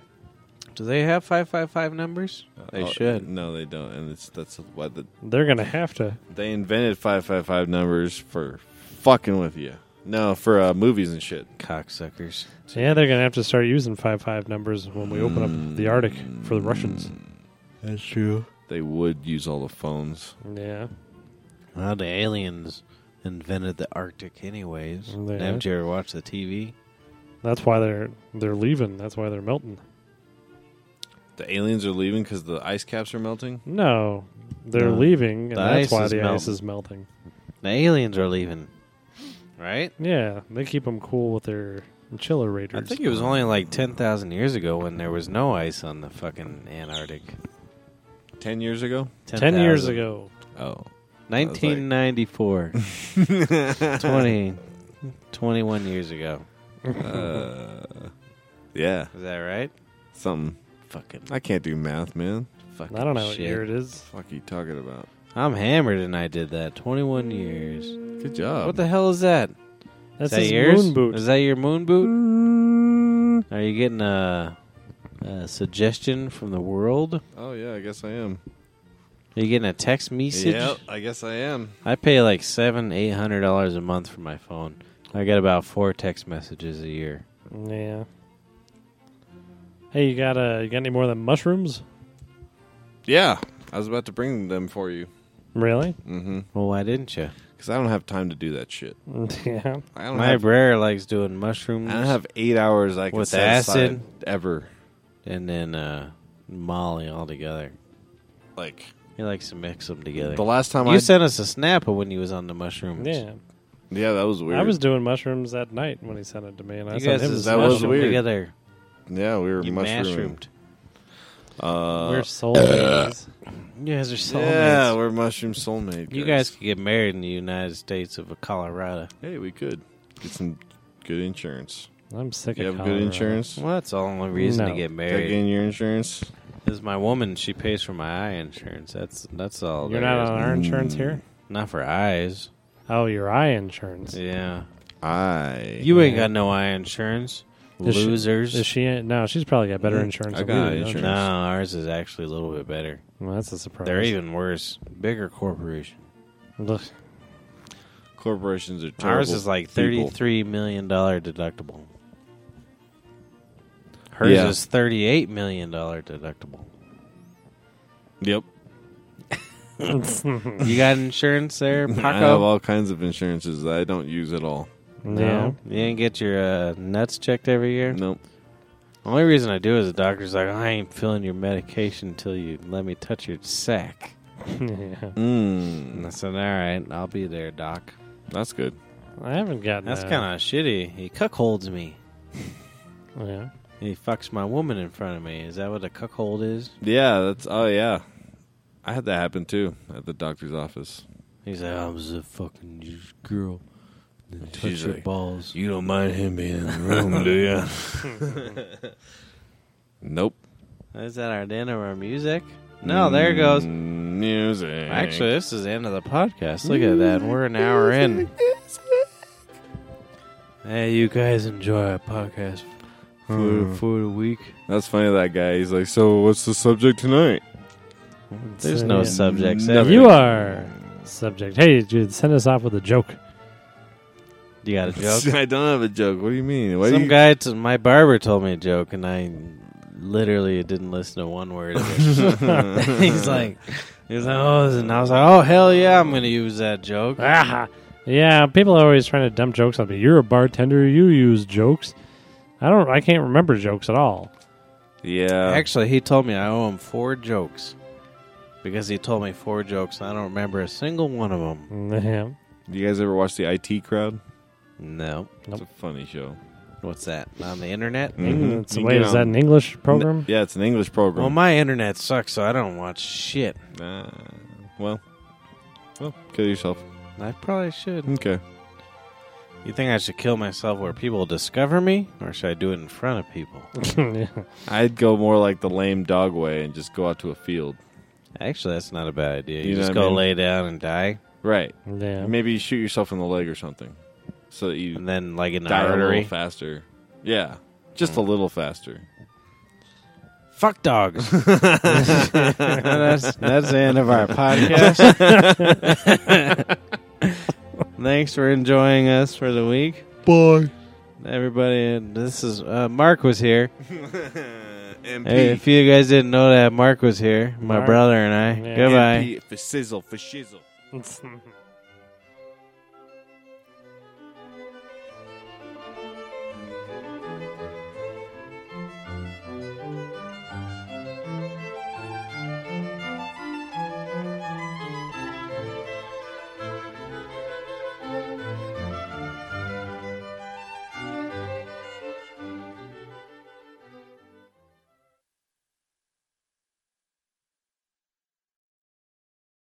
B: Do they have five five five numbers? They
D: Oh,
B: should.
D: No, they don't, and it's that's why the,
C: They're gonna have to.
D: they invented five five five numbers for fucking with you. No, for uh, movies and shit.
B: Cocksuckers.
C: Yeah, they're gonna have to start using five five numbers when we open up the Arctic for the Russians.
D: That's true. They would use all the phones.
B: Hmm.
C: Yeah.
B: Well, the aliens invented the Arctic, anyways.
C: They-
B: Haven't you ever watched the TV?
C: That's why they're they're leaving. That's why they're melting.
D: The aliens are leaving because the ice caps are melting.
C: No. They're
B: No.
C: leaving and
B: The
C: that's
B: ice
C: why
B: is
C: the ice
B: melting.
C: is melting.
B: The aliens are leaving, right?
C: Yeah. They keep them cool with their chiller
B: I
C: raters.
B: think it was only like ten thousand years ago when there was no ice on the fucking Antarctic.
D: Ten years ago.
C: 10 years
B: 10,000.
C: ago.
D: Oh,
B: 1994. 20, 21 years ago.
D: Uh, yeah,
B: Is that right?
D: something.
B: Fucking,
D: I can't do math, man.
B: fucking
C: I don't know what
B: shit.
C: year it is.
D: Fuck you talking about?
B: I'm hammered and I did that. 21 years.
D: Good job.
B: What the hell is that? Is
C: That's
B: that
C: his
B: yours?
C: moon boot.
B: Is that your moon boot? Are you getting a, a suggestion from the world? Are
D: Oh yeah, I guess I am.
B: you getting a text message?
D: Yep, I guess I am.
B: I pay like seven, eight hundred dollars a month for my phone. I get about four text messages a year.
C: Yeah. Hey, you got uh, you got any more than mushrooms?
D: Yeah, I was about to bring them for you.
C: Really?
D: Mm-hmm.
B: Well, why didn't you?
D: Because I don't have time to do that shit.
C: yeah.
D: I don't
B: My
D: have.
B: brer likes doing mushrooms.
D: I don't have eight hours I can
B: With
D: set aside
B: acid?
D: ever.
B: and then uh, Molly all together.
D: Like
B: He likes to mix them together.
D: the last time
B: you
D: I
B: sent us a snap of when you was on the mushrooms.
C: Yeah.
D: yeah, that was weird.
C: I was doing mushrooms that night when he sent it to me, and I
B: you
C: sent
B: guys
C: him.
B: is
D: that was
B: mushroomed
D: weird.
B: together.
D: yeah, we were
B: You
D: mushrooming.
B: mushroomed.
D: Uh,
C: We're soulmates.
B: You guys are
D: yeah,
B: soulmates.
D: we're mushroom soulmate.
B: you guys could get married in the United States of Colorado.
D: hey, we could get some good insurance.
C: I'm sick
D: You
C: of
D: have
C: Colorado.
D: good insurance.
B: Well, that's the only reason
C: No.
B: to get
D: Check
B: married.
D: in your insurance.
B: Is my woman? She pays for my eye insurance. That's that's all.
C: You're
B: there
C: not
B: is.
C: on our insurance here.
D: Mm.
B: Not for eyes.
C: Oh, your eye insurance.
B: Yeah.
D: I
B: You ain't got no eye insurance.
C: Is she-
B: Losers.
C: Is she? No, she's probably got better insurance.
D: Mm. I
C: than
D: got
C: we do, don't
D: insurance.
B: no, ours is actually a little bit better.
C: you? Well, that's a surprise.
B: They're even worse. Bigger corporation.
C: Look,
D: corporations are terrible.
B: Ours is like
D: people.
B: thirty-three million dollar deductible. Hers
D: Yeah.
B: is thirty-eight million dollar deductible.
D: Yep.
B: You got insurance there,
D: I have
B: Paco?
D: all kinds of insurances that I don't use at all.
C: yeah.
B: You didn't get your uh, nuts checked every year.
D: Nope.
B: The only reason I do is the doctor's like, I ain't filling your medication until you let me touch your sack.
C: yeah.
B: And I
D: Mm,
B: said, all right, I'll be there, doc.
D: that's good.
C: I haven't gotten
B: That's
C: a-
B: kind of shitty. He cuckolds me.
C: Yeah.
B: He fucks my woman in front of me. Is that what a cuckold is?
D: Yeah, that's oh yeah. I had that happen too at the doctor's office.
B: He's like, I was a fucking just girl. Then touch
D: She's
B: your
D: like,
B: balls.
D: You don't mind him being in the room, do you? nope.
B: Is that our end of our music?
D: Mm,
B: No, Oh, there it goes.
D: Music.
B: Actually, this is the end of the podcast. Look at that. We're an hour in. Hey, you guys enjoy our podcast
D: Hmm.
B: for, for the week.
D: that's funny. That guy. He's like, so what's the subject tonight?
B: There's
C: So,
B: no
C: yeah.
B: subjects.
D: Nothing.
B: ever.
C: You are subject. Hey, dude, send us off with a joke.
B: You got a joke?
D: I don't have a joke. What do you mean? Why do
B: Some
D: you-
B: guy, t- my barber told me a joke, and I literally didn't listen to one word of it. he's like, he's like, oh, this- and I was like, oh, hell yeah, I'm going to use that joke.
C: Ah, yeah. People are always trying to dump jokes on me. You're a bartender. You use jokes. I don't. I can't remember jokes at all.
D: Yeah.
B: Actually, he told me I owe him four jokes because he told me four jokes, and I don't remember a single one of them.
C: Yeah.
D: you guys ever watch the IT Crowd?
B: No.
D: It's a funny show.
B: What's that? On the internet?
D: Mhm.
C: It's,
D: You can
C: wait,
D: get
C: is that
D: on-
C: an English program?
D: Yeah, it's an English program.
B: Well, Oh, my internet sucks, so I don't watch shit.
D: Uh, well, well, kill yourself.
B: I probably should.
D: Okay.
B: You think I should kill myself where people will discover me, or should I do it in front of people?
C: yeah.
D: I'd go more like the lame dog way and just go out to a field.
B: Actually, that's not a bad idea. You,
D: You know
B: just
D: what I
B: go
D: mean?
B: lay down and die,
D: Right.
C: Yeah.
D: Maybe you shoot yourself in the leg or something, so that you
B: and then like an
D: die a
B: artery. Mm.
D: little faster. Yeah, just a little faster.
B: Fuck dogs. that's that's the end of our podcast. Thanks for enjoying us for the week.
D: Boy.
B: Everybody, and this is uh, Mark was here.
D: MP.
B: Hey, if you guys didn't know that Mark was here, my
C: Mark.
B: brother and I.
C: Yeah.
B: Goodbye.
D: for sizzle for shizzle.
C: Yeah.